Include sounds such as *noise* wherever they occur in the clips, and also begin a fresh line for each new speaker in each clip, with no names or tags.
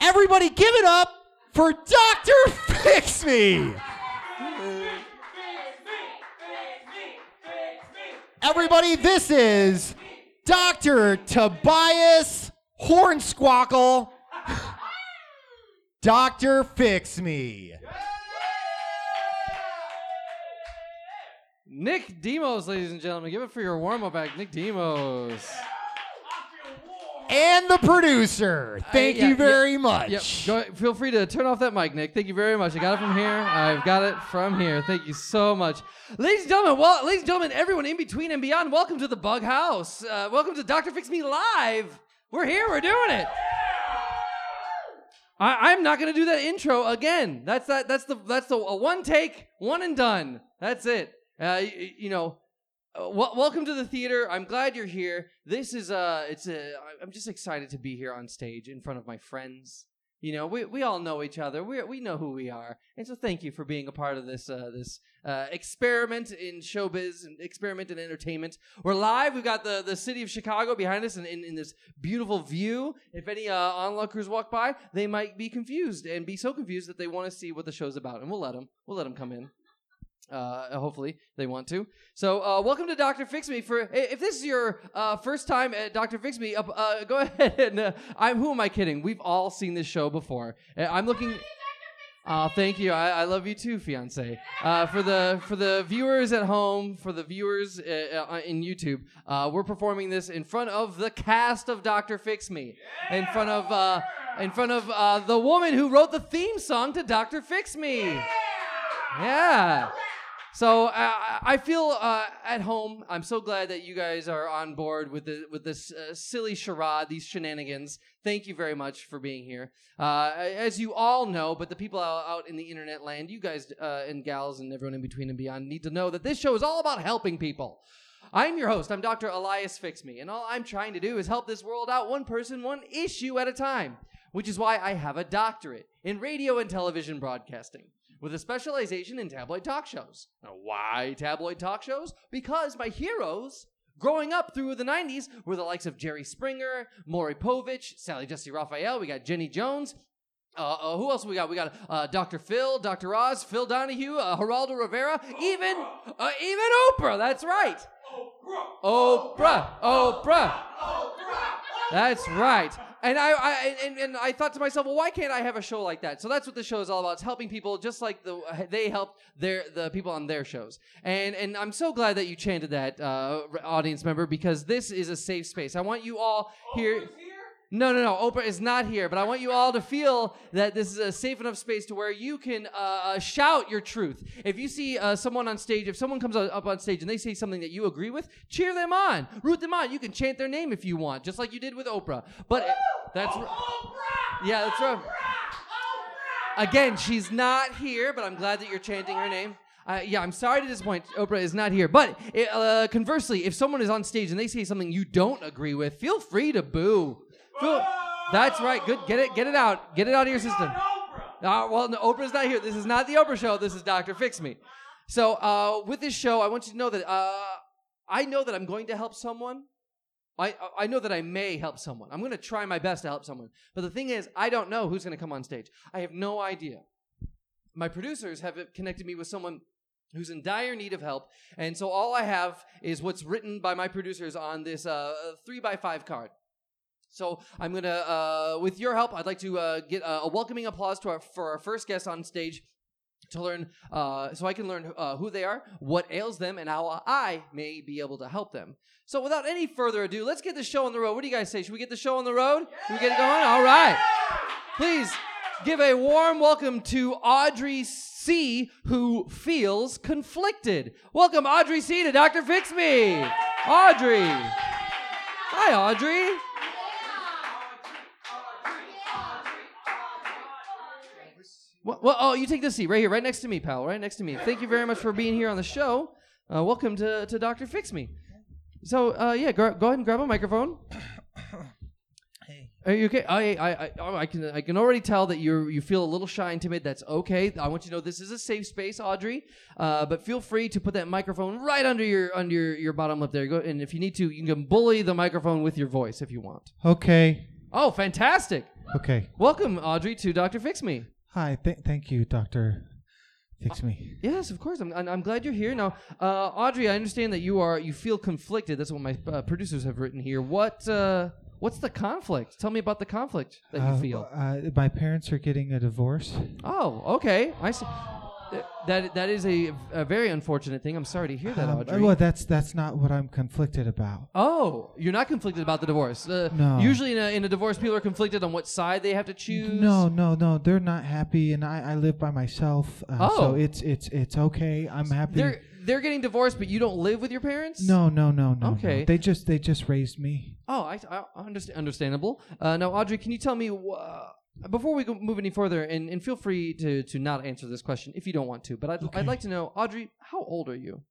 Everybody, give it up for Dr. Fix Me. Everybody, this is Dr. Tobias *laughs* Hornsquackle. Dr. Fix Me.
Nick Demos, ladies and gentlemen, give it for your warm up act, Nick Demos.
And the producer. Thank
yeah,
you very
yeah,
much.
Yep. Go ahead- feel free to turn off that mic, Nick. Thank you very much. I got it from here. I've got it from here. Thank you so much, ladies and gentlemen. Well, ladies and gentlemen, everyone in between and beyond, welcome to the Bug House. Uh, welcome to Doctor Fix Me Live. We're here. We're doing it. I, I'm not gonna do that intro again. That's that. That's the. That's the a one take, one and done. That's it. Uh, y- y- you know, uh, wel- welcome to the theater. I'm glad you're here. This is uh it's a I- I'm just excited to be here on stage in front of my friends. You know, we we all know each other. We we know who we are. And so thank you for being a part of this uh this uh experiment in showbiz and experiment in entertainment. We're live. We've got the the city of Chicago behind us and in, in this beautiful view. If any uh, onlookers walk by, they might be confused and be so confused that they want to see what the show's about. And we'll let them. We'll let them come in. Uh, hopefully they want to. So, uh, welcome to Doctor Fix Me. For i- if this is your uh, first time at Doctor Fix Me, uh, uh, go *laughs* ahead and uh, I'm. Who am I kidding? We've all seen this show before. Uh, I'm looking. Uh, thank you. I, I love you too, fiance. Uh, for the for the viewers at home, for the viewers uh, uh, in YouTube, uh, we're performing this in front of the cast of Doctor Fix Me, in front of uh, in front of uh, the woman who wrote the theme song to Doctor Fix Me. Yeah. So uh, I- I feel uh, at home. I'm so glad that you guys are on board with the with this uh, silly charade, these shenanigans. Thank you very much for being here. Uh, as you all know, but the people out, out in the internet land, you guys uh, and gals and everyone in between and beyond need to know that this show is all about helping people. I'm your host. I'm Dr. Elias Fixme, and all I'm trying to do is help this world out one person, one issue at a time, which is why I have a doctorate in radio and television broadcasting with a specialization in tabloid talk shows. Now, why tabloid talk shows? Because my heroes growing up through the 90s were the likes of Jerry Springer, Maury Povich, Sally Jesse Raphael, we got Jenny Jones. Uh, uh, who else we got? We got uh, Dr. Phil, Dr. Oz, Phil Donahue, uh, Geraldo Rivera, even uh, even Oprah. That's right. Oprah. Oprah. Oprah. That's right. And I, I and, and I thought to myself, well, why can't I have a show like that? So that's what the show is all about. It's helping people just like the they helped their the people on their shows. And and I'm so glad that you chanted that uh, r- audience member because this is a safe space. I want you all here. No, no, no. Oprah is not here, but I want you all to feel that this is a safe enough space to where you can uh, uh, shout your truth. If you see uh, someone on stage, if someone comes up on stage and they say something that you agree with, cheer them on, root them on. You can chant their name if you want, just like you did with Oprah. But that's yeah, that's right. Again, she's not here, but I'm glad that you're chanting her name. Uh, yeah, I'm sorry to disappoint. Oprah is not here. But uh, conversely, if someone is on stage and they say something you don't agree with, feel free to boo. Feel- that's right. Good. Get it. Get it out. Get it out of your system. Uh, well, no, Oprah's not here. This is not the Oprah show. This is Doctor Fix Me. So uh, with this show, I want you to know that uh, I know that I'm going to help someone. I, I know that I may help someone. I'm going to try my best to help someone. But the thing is, I don't know who's going to come on stage. I have no idea. My producers have connected me with someone who's in dire need of help. And so all I have is what's written by my producers on this uh, three by five card. So I'm going to, uh, with your help, I'd like to uh, get uh, a welcoming applause to our, for our first guest on stage to learn, uh, so I can learn uh, who they are, what ails them, and how I may be able to help them. So without any further ado, let's get the show on the road. What do you guys say? Should we get the show on the road? Should we get it going? All right. Please give a warm welcome to Audrey C, who feels conflicted. Welcome, Audrey C, to Dr. Fix Me. Audrey. Hi, Audrey. Well, well, oh, you take this seat right here, right next to me, pal, right next to me. Thank you very much for being here on the show. Uh, welcome to, to Dr. Fix Me. So, uh, yeah, go, go ahead and grab a microphone.
Hey.
Are you okay? I, I, I, oh, I can I can already tell that you you feel a little shy and timid. That's okay. I want you to know this is a safe space, Audrey. Uh, but feel free to put that microphone right under your under your, your bottom lip there. Go and if you need to, you can bully the microphone with your voice if you want.
Okay.
Oh, fantastic!
Okay.
Welcome, Audrey, to Doctor Fix Me.
Hi. Th- thank you, Doctor. Fix me.
Yes, of course. I'm, I'm I'm glad you're here. Now, uh, Audrey, I understand that you are you feel conflicted. That's what my uh, producers have written here. What uh, what's the conflict? Tell me about the conflict that you
Uh,
feel.
Uh, my parents are getting a divorce.
Oh, okay. I see. Th- That that is a, a very unfortunate thing. I'm sorry to hear that,
Um,
Audrey.
well, that's that's not what I'm conflicted about.
Oh, you're not conflicted about the divorce. Uh,
No.
Usually in a, in a divorce, people are conflicted on what side they have to choose.
No, no, no. They're not happy, and I, I live by myself. Uh,
Oh.
so it's it's it's okay. I'm happy.
They're they're getting divorced, but you don't live with your parents.
no, no, no, no. no.
Okay.
They just they just raised me.
Oh, I, I understand. Understandable. Uh, now, Audrey, can you tell me wha- before we go move any further, and, and feel free to, to not answer this question if you don't want to. But I'd, I'd
Okay.
like to know, Audrey, how old are you?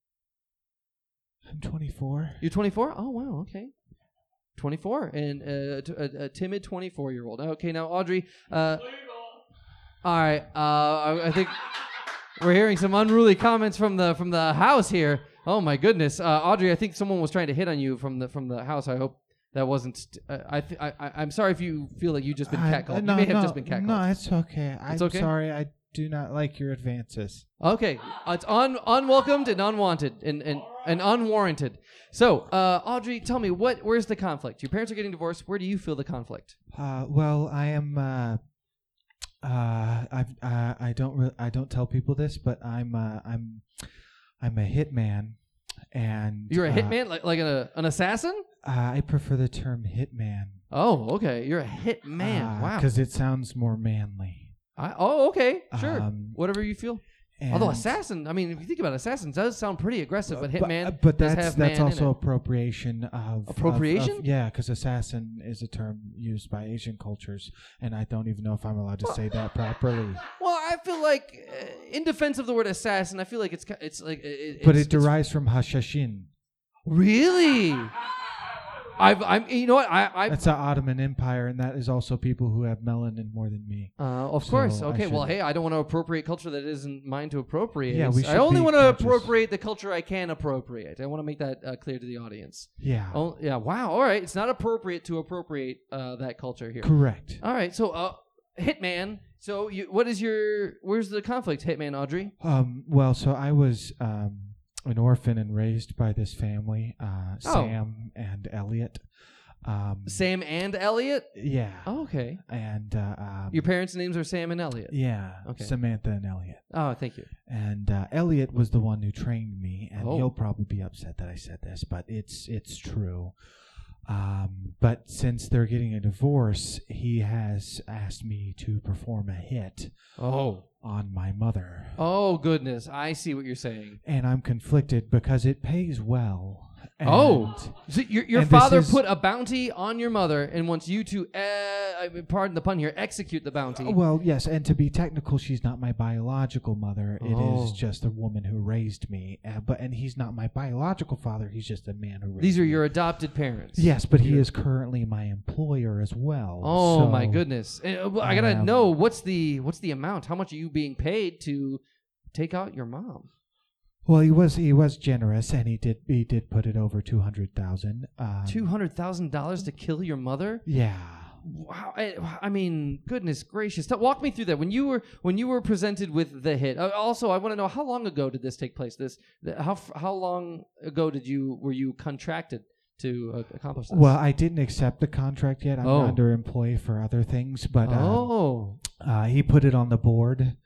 I'm 24.
You're 24. Oh wow. Okay. 24 and uh, t- a, a timid 24 year old. Okay. Now, Audrey. Uh, all right. Uh, I, I think *laughs* we're hearing some unruly comments from the from the house here. Oh my goodness, uh, Audrey. I think someone was trying to hit on you from the from the house. I hope. That wasn't. Uh, I, th- I. I- I'm sorry if you feel like you've just been
I-
catcalled.
uh, no,
you may have
no,
just been catcalled.
No, it's okay. I'm
okay?
sorry. I do not like your advances.
Okay, Uh, it's un- unwelcomed and unwanted and, and, and unwarranted. So, uh, Audrey, tell me what where's the conflict? Your parents are getting divorced. Where do you feel the conflict?
Uh, well, I am. Uh, uh, I've, uh, I don't. Re- I don't tell people this, but I'm. Uh, I'm. I'm a hitman, and
You're a
uh,
hitman, like like an, an assassin.
Uh, I prefer the term hitman.
Oh, okay. You're a hitman. wow.
Because it sounds more manly.
I, oh, okay. Sure.
Um,
Whatever you feel.
And,
Although assassin, I mean, if you think about it, assassin it does sound pretty aggressive, but hitman.
But, but
does
that's
have
that's
man in
also
it.
appropriation of of- Of,
Appropriation?
yeah, because assassin is a term used by Asian cultures, and I don't even know if I'm allowed to say
*sighs*
that properly.
well, I feel like, uh, in defense of the word assassin, I feel like it's ki- it's like it, it's,
but it
it's
derives from hashashin.
really. I've I'm you know what I I
That's the Ottoman Empire, and that is also people who have melanin more than me.
Uh, of course.
So I
Okay. Well,
should-
hey, I don't want to appropriate culture that isn't mine to appropriate.
Yeah, we
I
should
only
be
want to
conscious.
appropriate the culture I can appropriate. I want to make that uh, clear to the audience.
Yeah,
Oh, yeah. Wow. All right. It's not appropriate to appropriate uh, that culture here.
correct.
All right. So, uh, Hitman. So, you, what is your? Where's the conflict, Hitman Audrey?
Um, well, so I was um, an orphan and raised by this family, uh,
Oh.
Sam and Elliot. Um,
Sam and Elliot.
Yeah.
Oh, okay.
And uh, um,
Your parents' names are Sam and Elliot.
Yeah.
Okay.
Samantha and Elliot.
Oh, thank you.
And uh, Elliot was the one who trained me, and
Oh.
he'll probably be upset that I said this, but it's it's true. Um, but since they're getting a divorce, he has asked me to perform a hit
Oh.
on my mother,
Oh goodness. I see what you're saying.
and I'm conflicted because it pays well. And
Oh. So your your
And this
father
is-
put a bounty on your mother and wants you to, uh, I mean, pardon the pun here, execute the bounty.
Well, yes, and to be technical, she's not my biological mother. It
Oh.
is just the woman who raised me. Uh, but and he's not my biological father. He's just the man who raised
These are
me.
your adopted parents.
Yes, but he
Your-
is currently my employer as well.
Oh
so-
my goodness! Uh, well, I gotta
Um,
know what's the what's the amount? How much are you being paid to take out your mom?
Well, he was he was generous, and he did he did put it over two hundred thousand. Um,
Two hundred thousand dollars to kill your mother?
Yeah.
Wow! I, I mean, goodness gracious! Tell- Walk me through that. When you were when you were presented with the hit. Uh, also, I want to know how long ago did this take place? This th- how f- how long ago did you were you contracted to uh, accomplish this?
Well, I didn't accept the contract yet. I'm
Oh.
under employee for other things, but um,
oh,
uh, he put it on the board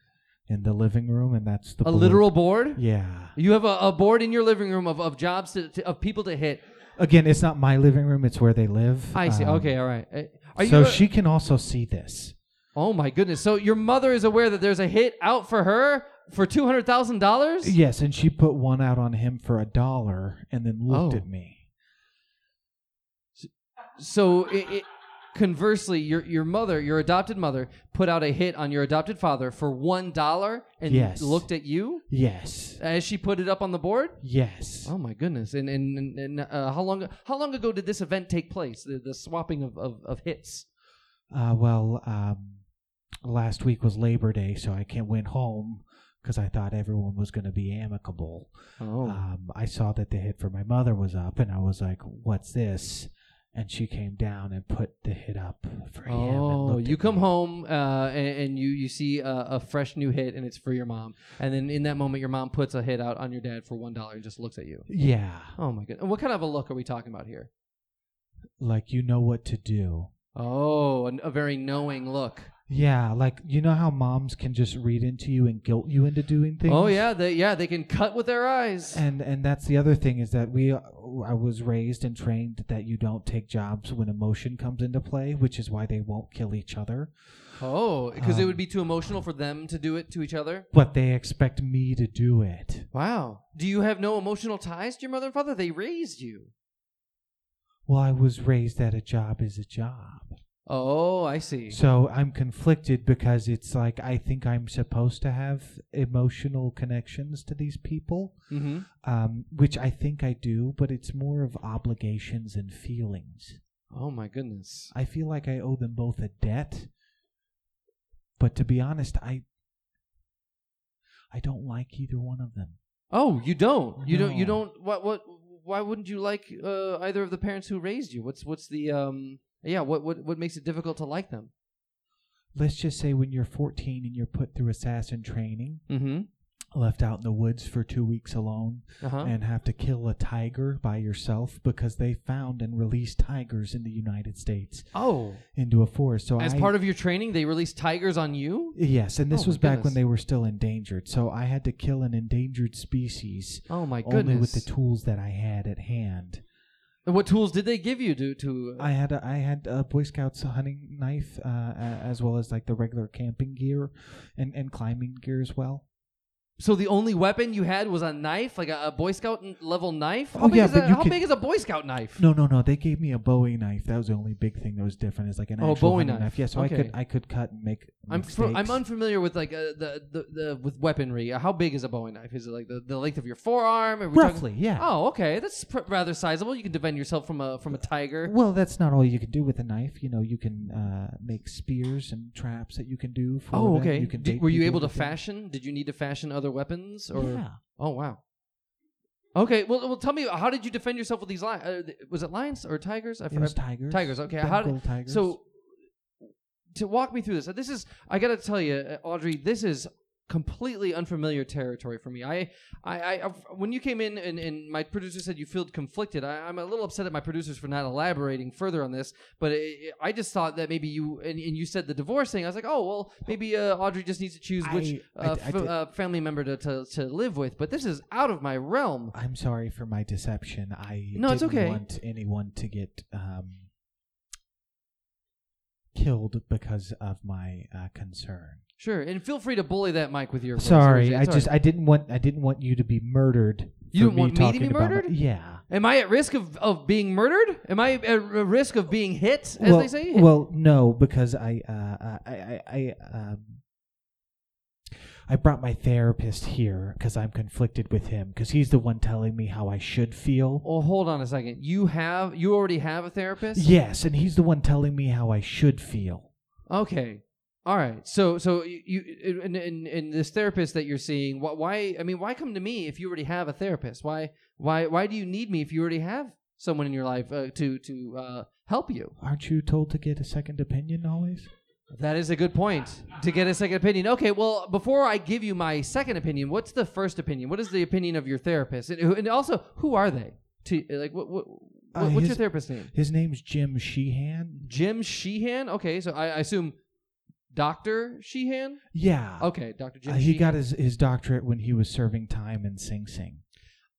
in the living room, and that's the
a
board.
literal board.
Yeah.
You have a, a board in your living room of, of jobs to, to, of people to hit.
Again, it's not my living room; it's where they live.
I see.
Um,
okay, all right. Uh, Are
so
you a-
she can also see this.
Oh my goodness! So your mother is aware that there's a hit out for her for two hundred thousand dollars.
Yes, and she put one out on him for a dollar, and then looked
Oh.
at me.
So it, it, conversely, your your mother, your adopted mother, put out a hit on your adopted father for one dollar and
Yes.
looked at you
Yes.
as she put it up on the board.
Yes.
Oh my goodness! And and, and, and uh, how long how long ago did this event take place? The, the swapping of, of, of hits.
Uh, well, um, last week was Labor Day, so I can't went home because I thought everyone was going to be amicable.
Oh,
Ah, Um, I saw that the hit for my mother was up, and I was like, "What's this?" and she came down and put the hit up for him. and
Oh,
looked
you
at
come
me.
home uh, and, and you you see a, a fresh new hit, and it's for your mom. And then in that moment, your mom puts a hit out on your dad for one dollar and just looks at you.
Yeah,
Oh my god! What kind of a look are we talking about here?
like you know what to do.
Oh, an- a very knowing look.
Yeah, like you know how moms can just read into you and guilt you into doing things.
Oh yeah, they yeah they can cut with their eyes.
And and that's the other thing is that we uh, I was raised and trained that you don't take jobs when emotion comes into play, which is why they won't kill each other.
Oh, because it
Um,
would be too emotional for them to do it to each other.
But they expect me to do it.
Wow. Do you have no emotional ties to your mother and father? They raised you.
Well, I was raised that a job is a job.
Oh, I see.
So I'm conflicted because it's like I think I'm supposed to have emotional connections to these people,
hmm
um, which I think I do, but it's more of obligations and feelings.
Oh my goodness.
I feel like I owe them both a debt. But to be honest, I I don't like either one of them.
Oh, you don't. You don't. You
No.
don't. What? What? Why wouldn't you like uh, either of the parents who raised you? What's What's the um? Yeah. What What What makes it difficult to like them?
Let's just say when you're 14 and you're put through assassin training,
Mm-hmm.
left out in the woods for 2 weeks alone
Uh huh.
and have to kill a tiger by yourself because they found and released tigers in the United States
Oh.
into a forest. So
As
I,
part of your training, they released tigers on you.
Yes, and this
Oh my
was back
goodness.
when they were still endangered. So I had to kill an endangered species
Oh my goodness.
only with the tools that I had at hand.
And what tools did they give you to to? uh,
I had a, I had a Boy Scouts hunting knife, uh, a- as well as like the regular camping gear, and and climbing gear as well.
so the only weapon you had was a knife, like a, a Boy Scout n- level knife. How
Oh,
big
yeah,
is
but
a,
you
how
could-
big is a Boy Scout knife?
No, no, no. They gave me a Bowie knife. That was the only big thing that was different. It's like an
Oh,
actual
Bowie
hunting
knife.
knife. Yeah, so I
Okay.
could I could cut and make.
I'm fr- I'm
mistakes.
unfamiliar with like uh, the, the the with weaponry. Uh, How big is a Bowie knife? Is it like the, the length of your forearm? Are we talking-
roughly yeah.
Oh, okay. That's pr- rather sizable. You can defend yourself from a from a tiger.
Well, that's not all you can do with a knife. You know, you can uh, make spears and traps that you can do. For
Oh,
them.
okay.
You can
Did-
bait
were you able
people
to
with them.
fashion? Did you need to fashion other weapons? Or
Yeah.
oh wow. Okay. Well, well, tell me, how did you defend yourself with these lions? Uh, th- was it lions or tigers? I
It
forgot.
was tigers.
tigers, okay, how did-
Bengal tigers.
So, to walk me through this, this is I gotta tell you, uh, Audrey, this is completely unfamiliar territory for me. I, I, I I've- when you came in and, and my producer said you felt conflicted, I, I'm a little upset at my producers for not elaborating further on this. But it, it- I just thought that maybe you and, and you said the divorce thing. I was like, oh well, maybe uh, Audrey just needs to choose which
I- I
uh,
d- I
f-
did-
uh, family member to, to to live with. But this is out of my realm.
I'm sorry for my deception. I
No, it's
didn't
okay.
want anyone to get um, killed because of my uh, concern.
Sure, and feel free to bully that mic with your. voice.
Sorry,
It's
I
all right.
just I didn't want I didn't want you to be murdered.
You
for
didn't want me to
talking
be
about my-
murdered?
yeah.
Am I at risk of, of being murdered? Am I at r- risk of being hit, as
well,
they say?
well, no, because I uh, I I I, um, I brought my therapist here because I'm conflicted with him because he's the one telling me how I should feel.
Well, Oh, hold on a second. You have you already have a therapist?
Yes, and he's the one telling me how I should feel.
Okay. All right. So so you, you and, and and this therapist that you're seeing, wh- why I mean, why come to me if you already have a therapist? Why why why do you need me if you already have someone in your life uh, to to uh, help you?
Aren't you told to get a second opinion always?
That is a good point to get a second opinion. Okay, well, before I give you my second opinion, what's the first opinion? What is the opinion of your therapist? And, who- and also, who are they? To like, what, what,
Uh,
what's your
his-
therapist's name?
His name's Jim Sheehan.
Jim Sheehan. Okay, so I, I assume Doctor Sheehan.
Yeah.
Okay, Doctor Oh, Jim.
Uh, he
Sheehan.
got his, his doctorate when he was serving time in Sing Sing.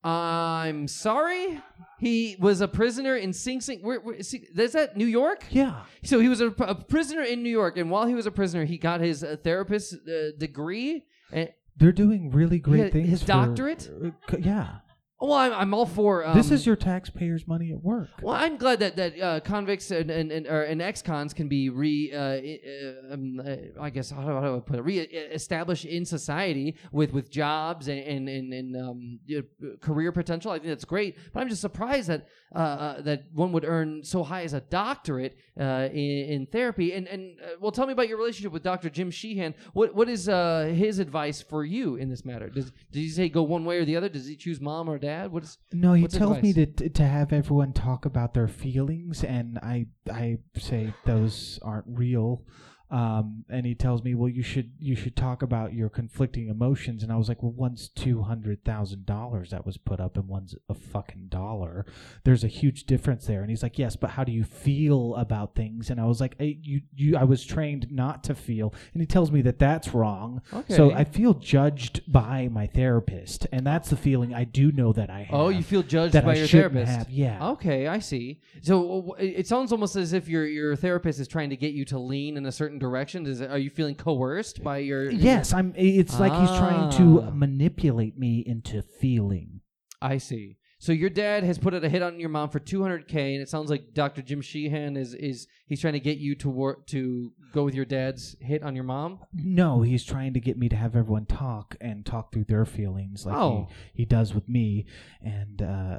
I'm sorry. He was a prisoner in Sing Sing. Where, where, is he- is that New York?
Yeah.
So he was a, a prisoner in New York, and while he was a prisoner, he got his uh, therapist uh, degree. And,
They're doing really great
Yeah,
things.
his
for-
doctorate?
uh, c- yeah.
well, I'm, I'm all for um,
this is your taxpayers' money at work.
Well, I'm glad that that uh, convicts and and and, or, and ex-cons can be re, uh, i- uh, um, uh, I guess how do, how do I put it, re-established in society with with jobs and and and, and um, you know, career potential. I think that's great, but I'm just surprised that uh, uh, that one would earn so high as a doctorate uh, in, in therapy. And and uh, well, tell me about your relationship with Dr. Jim Sheehan. What what is uh, his advice for you in this matter? Does does he say go one way or the other? Does he choose mom or dad? What is?
No, he
What's
tells me to to have everyone talk about their feelings, and I I say those aren't real. Um, and he tells me, well, you should you should talk about your conflicting emotions. And I was like, well, one's two hundred thousand dollars that was put up, and one's a fucking dollar. There's a huge difference there. And he's like, yes, but how do you feel about things? And I was like, I, you you I was trained not to feel. And he tells me that that's wrong.
Okay.
So I feel judged by my therapist, and that's the feeling I do know that I have.
Oh, you feel judged
that
by
I
your
shouldn't
therapist.
have. Yeah.
Okay, I see. So uh, wh- it it sounds almost as if your your therapist is trying to get you to lean in a certain direction. Is it, are you feeling coerced by your?
Yes, I'm. It's like he's trying to
Ah.
manipulate me into feeling.
I see. So your dad has put out a hit on your mom for 200k, and it sounds like Dr. Jim Sheehan is is he's trying to get you to work to go with your dad's hit on your mom.
No, he's trying to get me to have everyone talk and talk through their feelings, like
Oh.
he, he does with me, and uh,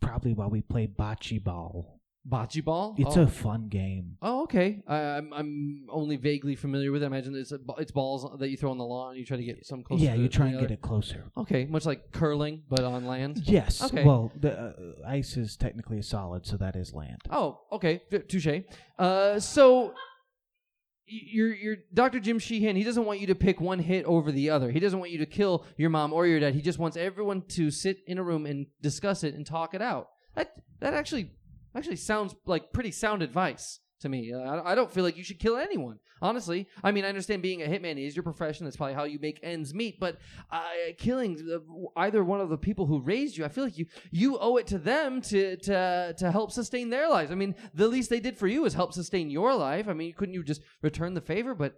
probably while we play bocce ball.
Bocce ball.
It's
oh.
a fun game.
Oh, okay. I, I'm I'm only vaguely familiar with it. I imagine it's a, ba- it's balls that you throw on the lawn. You try to get some closer.
yeah,
to
you
the uh,
try and
other.
get it closer.
Okay, much like curling, but on land.
Yes.
Okay.
Well, the uh, ice is technically a solid, so that is land.
Oh, okay, t- touche. Uh, so y- your your Dr. Jim Sheehan, he doesn't want you to pick one hit over the other. He doesn't want you to kill your mom or your dad. He just wants everyone to sit in a room and discuss it and talk it out. That that actually actually sounds like pretty sound advice to me. Uh, I, I don't feel like you should kill anyone. Honestly, I mean, I understand being a hitman is your profession. That's probably how you make ends meet. But uh, killing the- either one of the people who raised you, I feel like you you owe it to them to to to help sustain their lives. I mean, the least they did for you is help sustain your life. I mean, couldn't you just return the favor? But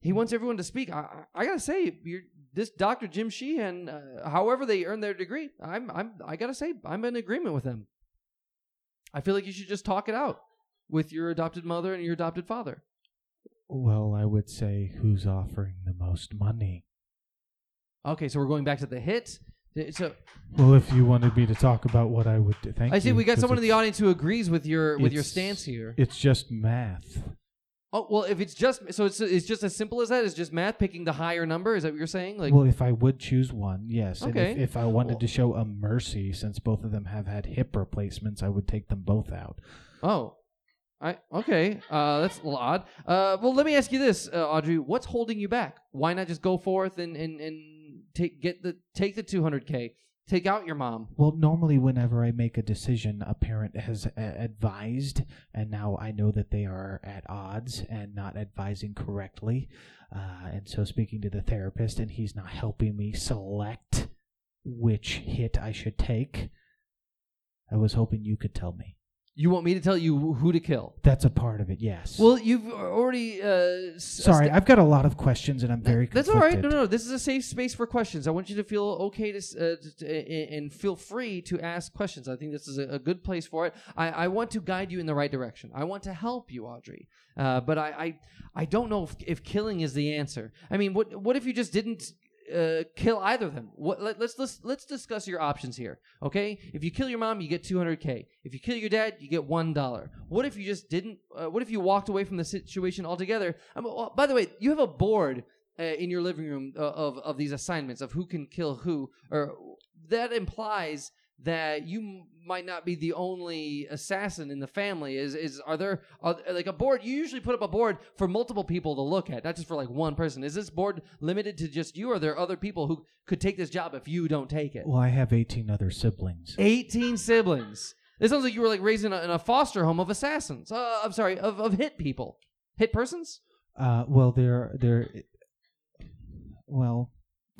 he wants everyone to speak. I, I I gotta say, you're, this Doctor Jim Sheehan, uh, however they earn their degree, I'm I'm I gotta say I'm in agreement with them. I feel like you should just talk it out with your adopted mother and your adopted father.
Well, I would say who's offering the most money.
Okay, so we're going back to the hit. Th- So
Well, if you wanted me to talk about what I would do, thank
I see
you,
we got
'cause
someone in the
it's-
audience who agrees with your with your
it's-
stance here.
It's just math.
Oh well, if it's just so it's it's just as simple as that. It's just math picking the higher number. Is that what you're saying? Like
well, if I would choose one, yes. And
Okay.
if, if I wanted
Well-
to show a mercy, since both of them have had hip replacements, I would take them both out.
oh, I okay. Uh, that's a little odd. Uh, well, let me ask you this, uh, Audrey. What's holding you back? Why not just go forth and and and take get the take the 200k, take out your mom.
Well, normally, whenever I make a decision, a parent has a- advised, and now I know that they are at odds and not advising correctly. Uh, and so, speaking to the therapist, and he's not helping me select which hit I should take. I was hoping you could tell me.
You want me to tell you who to kill?
That's a part of it, yes.
Well, you've already uh, s-
sorry, I've got a lot of questions, and I'm very.
That's all right. No,
conflicted.
no, no. This is a safe space for questions. I want you to feel okay to, s- uh, t- t- and feel free to ask questions. I think this is a, a good place for it. I, I want to guide you in the right direction. I want to help you, Audrey. Uh, but I, I, I don't know if, if killing is the answer. I mean, what, what if you just didn't uh, kill either of them? What, let, let's, let's, let's discuss your options here, okay? If you kill your mom, you get 200K. If you kill your dad, you get $1. What if you just didn't, uh, what if you walked away from the situation altogether? I mean, oh, by the way, you have a board uh, in your living room uh, of of these assignments of who can kill who or that implies that you m- might not be the only assassin in the family is is are there are, like a board you usually put up a board for multiple people to look at not just for like one person is this board limited to just you or are there other people who could take this job if you don't take it
Well, I have 18 other siblings.
18 siblings this sounds like you were like raised in a, in a foster home of assassins uh, i'm sorry of, of hit people hit persons
Uh, well, there, there. Well,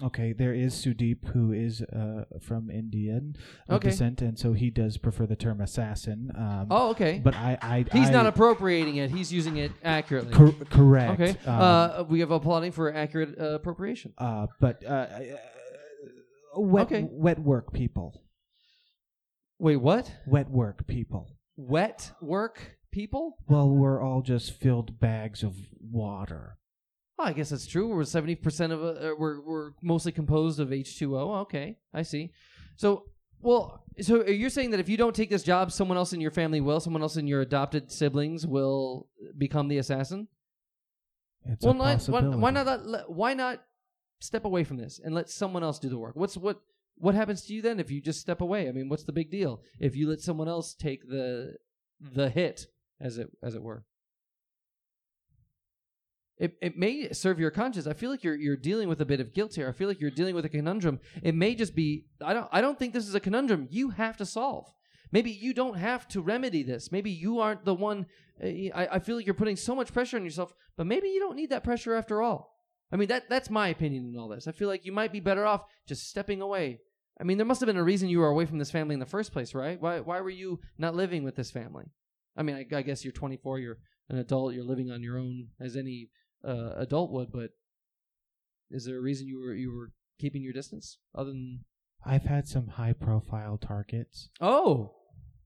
okay, there is Sudeep, who is uh, from Indian of
Okay.
descent, and so he does prefer the term assassin. Um,
oh okay
but I, I,
He's
I-
not appropriating it. He's using it accurately.
cor- correct.
Okay.
um,
uh, we have applauding for accurate uh, appropriation.
uh, but uh, I- uh, wet,
Okay.
wet work people,
Wait, what?
wet work people.
Wet work people?
Well, we're all just filled bags of water.
Oh, I guess that's true. We're seventy percent of uh, uh, we're we're mostly composed of H two O. Okay, I see. So, well, so you're saying that if you don't take this job, someone else in your family will. Someone else in your adopted siblings will become the assassin.
It's
well,
a
not, why,
possibility.
why not? Let, let- why not step away from this and let someone else do the work? What's what? what happens to you then if you just step away? I mean, what's the big deal if you let someone else take the
Hmm.
the hit, as it as it were? It it may serve your conscience. I feel like you're you're dealing with a bit of guilt here. I feel like you're dealing with a conundrum. It may just be I don't I don't think this is a conundrum you have to solve. Maybe you don't have to remedy this. Maybe you aren't the one. I, I feel like you're putting so much pressure on yourself, but maybe you don't need that pressure after all. I mean, that that's my opinion in all this. I feel like you might be better off just stepping away. I mean, there must have been a reason you were away from this family in the first place, right? Why why were you not living with this family? I mean, I, I guess you're 24, you're an adult, you're living on your own as any uh, adult would, but is there a reason you were you were keeping your distance other than
I've had some high profile targets.
Oh.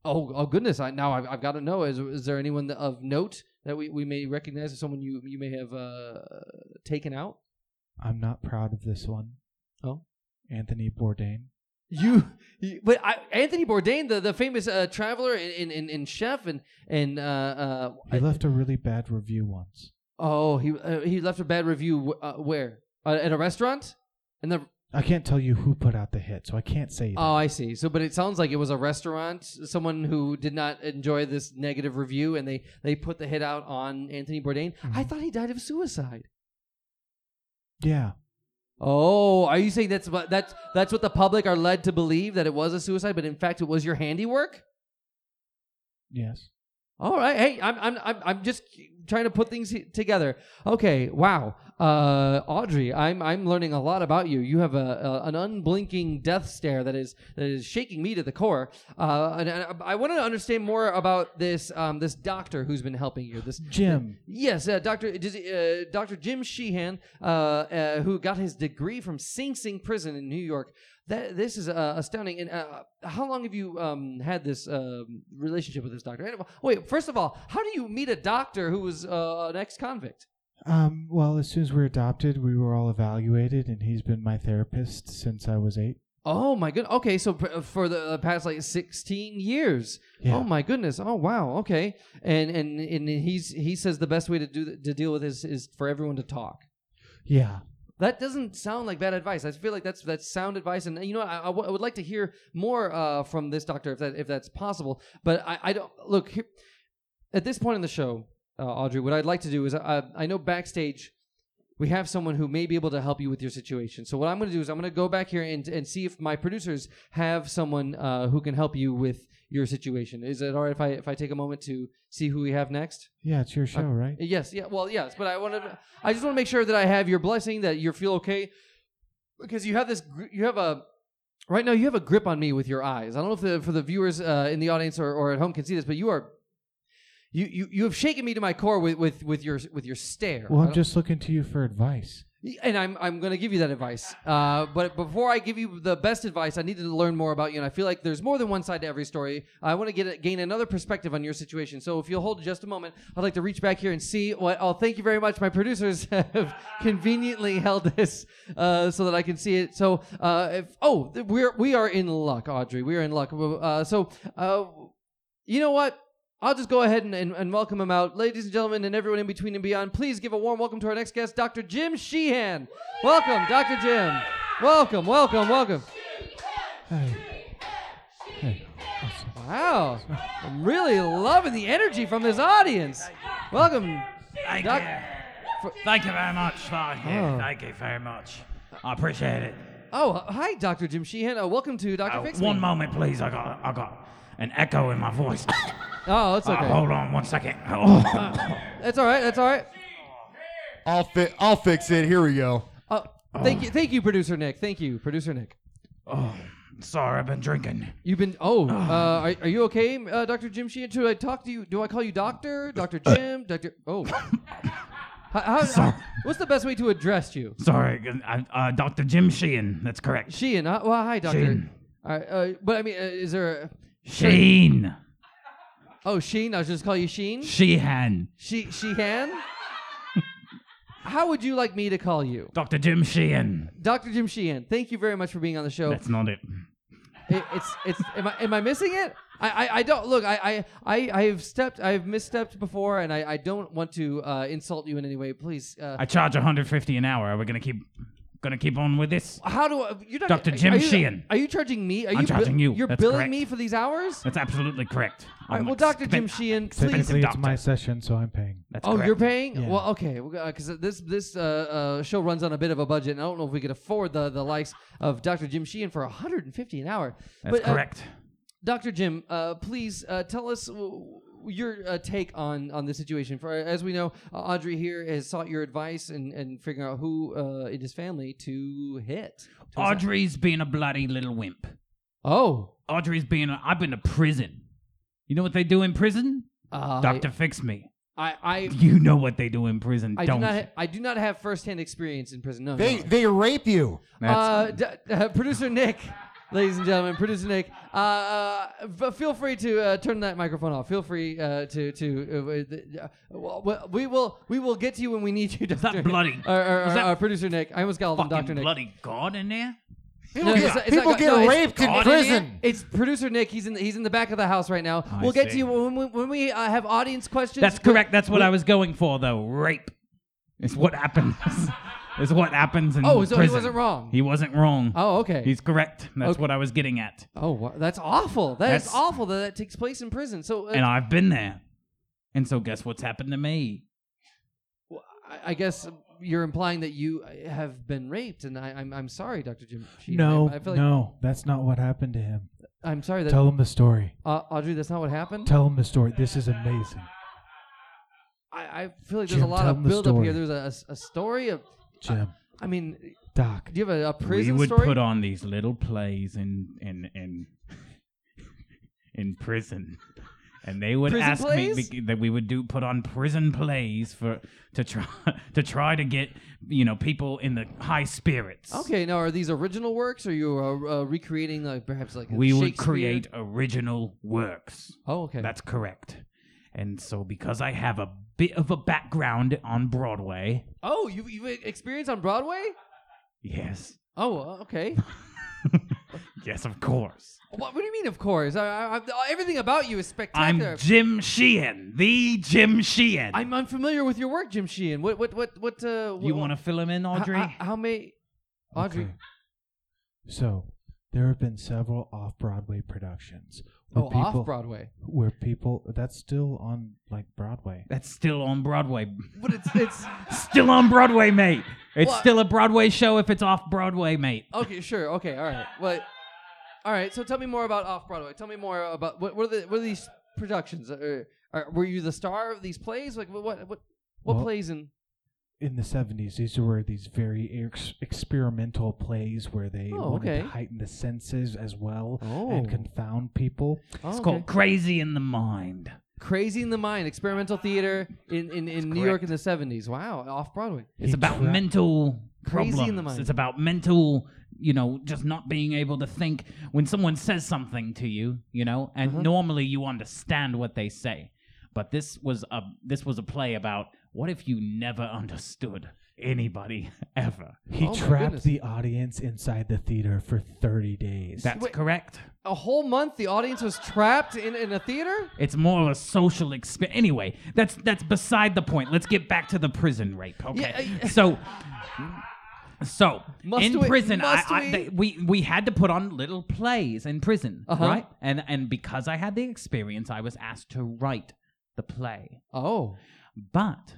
Oh, oh goodness! I now I've, I've got to know. Is is there anyone that, of note that we, we may recognize as someone you you may have uh, taken out?
I'm not proud of this one.
Oh.
Anthony Bourdain.
You, you- but I, Anthony Bourdain, the, the famous uh, traveler and, and, and chef, and and uh, uh,
He left a really bad review once.
oh, he uh, he left a bad review. w- Uh, where uh, at a restaurant? And the
I can't tell you who put out the hit, so I can't say that.
oh, I see. So, but it sounds like it was a restaurant, someone who did not enjoy this negative review, and they they put the hit out on Anthony Bourdain. I
Mhm.
thought he died of suicide.
yeah.
Oh, are you saying that's what that's that's what the public are led to believe that it was a suicide, but in fact it was your handiwork?
Yes.
All right. Hey, I'm I'm I'm I'm just trying to put things he- together. Okay. Wow. Uh, Audrey, I'm I'm learning a lot about you. You have a, a an unblinking death stare that is that is shaking me to the core. Uh, and, and I want to understand more about this um this doctor who's been helping you. This
Jim.
Yes, uh, Doctor uh, Doctor Jim Sheehan, uh, uh, who got his degree from Sing Sing Prison in New York. That this is uh, astounding. And uh, how long have you um, had this um, relationship with this doctor? And, wait, first of all, how do you meet a doctor who was uh, an ex-convict?
Um, well, as soon as we were adopted, we were all evaluated, and he's been my therapist since I was eight.
Oh my goodness. Okay, so pr- for the uh, past like sixteen years.
Yeah.
Oh my goodness. Oh wow. Okay. And and and he's he says the best way to do th- to deal with this is for everyone to talk.
Yeah.
That doesn't sound like bad advice. I feel like that's that's sound advice, and you know, I I w- I would like to hear more uh, from this doctor if that if that's possible. But I, I don't look here, at this point in the show, uh, Audrey. What I'd like to do is I, I know backstage we have someone who may be able to help you with your situation. So what I'm going to do is I'm going to go back here and and see if my producers have someone uh, who can help you with your situation. Is it all right if I if I take a moment to see who we have next?
Yeah, it's your show,
Uh,
right?
Yes, yeah, well, yes, but I wanted, I just want to make sure that I have your blessing, that you feel okay, because you have this, gr- you have a, right now you have a grip on me with your eyes. I don't know if the for the viewers uh, in the audience or, or at home can see this, but you are, you you you have shaken me to my core with with with your with your stare.
Well,
I
I'm
don't-
just looking to you for advice.
and I'm I'm going to give you that advice. Uh, but before I give you the best advice, I needed to learn more about you, and I feel like there's more than one side to every story. I want to get a, gain another perspective on your situation. So if you'll hold just a moment, I'd like to reach back here and see what. Oh, thank you very much. My producers *laughs* have conveniently held this uh, so that I can see it. So uh, if oh, th- we're we are in luck, Audrey. We are in luck. Uh, so uh, you know what? I'll just go ahead and, and, and welcome him out. Ladies and gentlemen, and everyone in between and beyond, please give a warm welcome to our next guest, Dr. Jim Sheehan. Welcome, Dr. Jim. Welcome, welcome, welcome.
Hey. Hey. Awesome.
Wow. I'm really loving the energy from this audience. Welcome.
Thank
Doc-
you. Thank you very much. Thank you.
Oh.
Thank you very much. I appreciate it.
Oh, hi, Dr. Jim Sheehan. Uh, welcome to Dr.
Uh,
Fix. Me.
one moment, please. I got, I got an echo in my voice.
Oh, that's
Uh,
okay.
hold on one second. Oh.
That's all right. That's all right.
I'll fi- I'll fix it. Here we go.
Oh, thank you, thank you, producer Nick. Thank you, producer Nick.
Oh, sorry, I've been drinking.
You've been.
*sighs*
Oh, uh, are, are you okay, uh, Doctor Jim Sheehan? Should I talk to you? Do I call you
*laughs*
Doctor, Doctor Jim, Doctor? Oh, how, how,
Sorry.
what's the best way to address you?
Sorry, uh, uh, Dr. Jim Sheehan. That's correct.
Sheehan. Uh, well, hi, Doctor.
Sheehan.
All right, uh, but I mean, uh, is there? A,
Sheen.
oh, Sheen. I was just call you Sheen.
Sheehan.
She
*laughs*
Sheehan. how would you like me to call you,
Dr. Jim Sheehan.
Doctor Jim Sheehan? Thank you very much for being on the show.
That's not it.
It, it's it's am I am I missing it? I, I, I don't look I, I, I, I have stepped I have misstepped before and I, I don't want to uh, insult you in any way. Please uh,
I charge 150 an hour. Are we going to keep Gonna keep on with this?
How do I, you're not,
Dr.
are-
Jim
are you-
Sheehan.
Are you charging me? Are
I'm
you
charging you.
You're
That's
billing
correct.
me for these hours?
That's absolutely correct.
All right,
I'm
well, Dr.
expen-
Jim Sheehan, please.
Technically, it's my
doctor.
session, so I'm paying.
That's
Oh,
correct.
you're paying?
Yeah.
Well, okay, because this this uh, uh, show runs on a bit of a budget, and I don't know if we could afford the the likes of Dr. Jim Sheehan for 150 an hour.
That's
but, uh,
correct.
Dr. Jim, uh, please uh, tell us w- w- your uh, take on, on the situation. For as we know, uh, Audrey here has sought your advice and and figuring out who uh, in his family to hit. To attack.
Audrey's being a bloody little wimp.
Oh,
Audrey's being. A, I've been to prison. You know what they do in prison?
uh,
Doctor, fix me.
I I,
You know what they do in prison,
I, I do
don't
not
you?
ha- I do not have firsthand experience in prison. No,
They
no.
they rape you.
Uh, d- *laughs* uh, producer Nick, ladies and gentlemen, producer Nick, uh, uh, f- feel free to uh, turn that microphone off. Feel free uh, to to uh, uh, well, well, we will we will get to you when we need you. Is
that bloody-
Or, or,
is that
or producer Nick? I almost called him
fucking
oh, Doctor Nick.
bloody god in there.
People
it's
get,
not- it's
people
not-
get
no, it's-
raped in
God,
prison.
It's producer Nick. He's in the, he's in the back of the house right now.
I
we'll get to
see.
you when we, when we uh, have audience questions.
That's correct. That's what
we-
I was going for, though. Rape is
*laughs*
what happens. is what happens in
Oh, so he
prison.
wasn't wrong.
He wasn't wrong.
Oh, okay.
He's correct. That's
Okay.
what I was getting at.
oh, wha- that's awful. that's
That's-
awful that that takes place in prison. So uh,
And I've been there. And so, guess what's happened to me?
Well, I, I guess you're implying that you have been raped, and I, I'm I'm sorry, Doctor Jim. Sheehan.
no,
I, I feel like
no, that's not what happened to him.
I'm sorry that
Tell him the story.
uh, Audrey. That's not what happened.
Tell him the story. This is amazing.
I, I feel like there's
Jim,
a lot
tell
of
them the
build up here.
story.
There's a, a story of.
Jim,
I mean,
Doc,
do you have a, a
we
prison
would
story?
put on these little plays in in in *laughs* in prison, and they would
Prison
ask
plays?
me bec- that we would do put on prison plays for to try *laughs* to try to get you know people in the high spirits.
okay, now are these original works, or you are uh, recreating like perhaps like a
we would
Shakespeare-
create original works.
Oh, okay.
That's correct. And so, because I have a bit of a background on Broadway,
oh, you you experience on Broadway?
yes,
Oh, uh, okay.
*laughs* yes, of course.
what, what do you mean? Of course, I, I, I- everything about you is spectacular.
I'm Jim Sheehan, the Jim Sheehan.
I'm unfamiliar with your work, Jim Sheehan. What what what what? Uh,
you want to fill him in, Audrey?
How, how, how many? Audrey.
Okay. So there have been several off-Broadway productions. where
Oh,
people-
off Broadway.
Where people that's still on like Broadway.
That's still on Broadway.
But it's it's
Still on Broadway, mate. It's
What?
still a Broadway show if it's off Broadway, mate.
okay. Sure. Okay. All right. Well, all right. So tell me more about off Broadway. Tell me more about what, what are the what are these productions? Uh, are, were you the star of these plays? Like what what what, what
Well-
plays in?
In the seventies, these were these very ex- experimental plays where they
Oh,
wanted
okay.
to heighten the senses as well
Oh.
and confound people.
Oh,
It's
okay.
called Crazy in the Mind.
Crazy in the Mind, experimental theater in in, in New York in the seventies. Wow, off Broadway.
It's
He
about
tra-
mental
Crazy in
problems.
the mind.
It's about mental, you know, just not being able to think when someone says something to you, you know, and
Uh-huh.
normally you understand what they say. But this was a this was a play about what if you never understood anybody *laughs* ever.
He
Oh my goodness.
trapped the audience inside the theater for thirty days.
That's
Wait.
correct.
A whole month, the audience was trapped in, in a theater.
It's more of a social experience. Anyway, that's that's beside the point. Let's get back to the prison rape. Okay,
Yeah, I-
so. So
Must
in
we-
prison, I,
must
I,
we-
they- we we had to put on little plays in prison,
Uh-huh.
right? And and because I had the experience, I was asked to write the play.
Oh,
But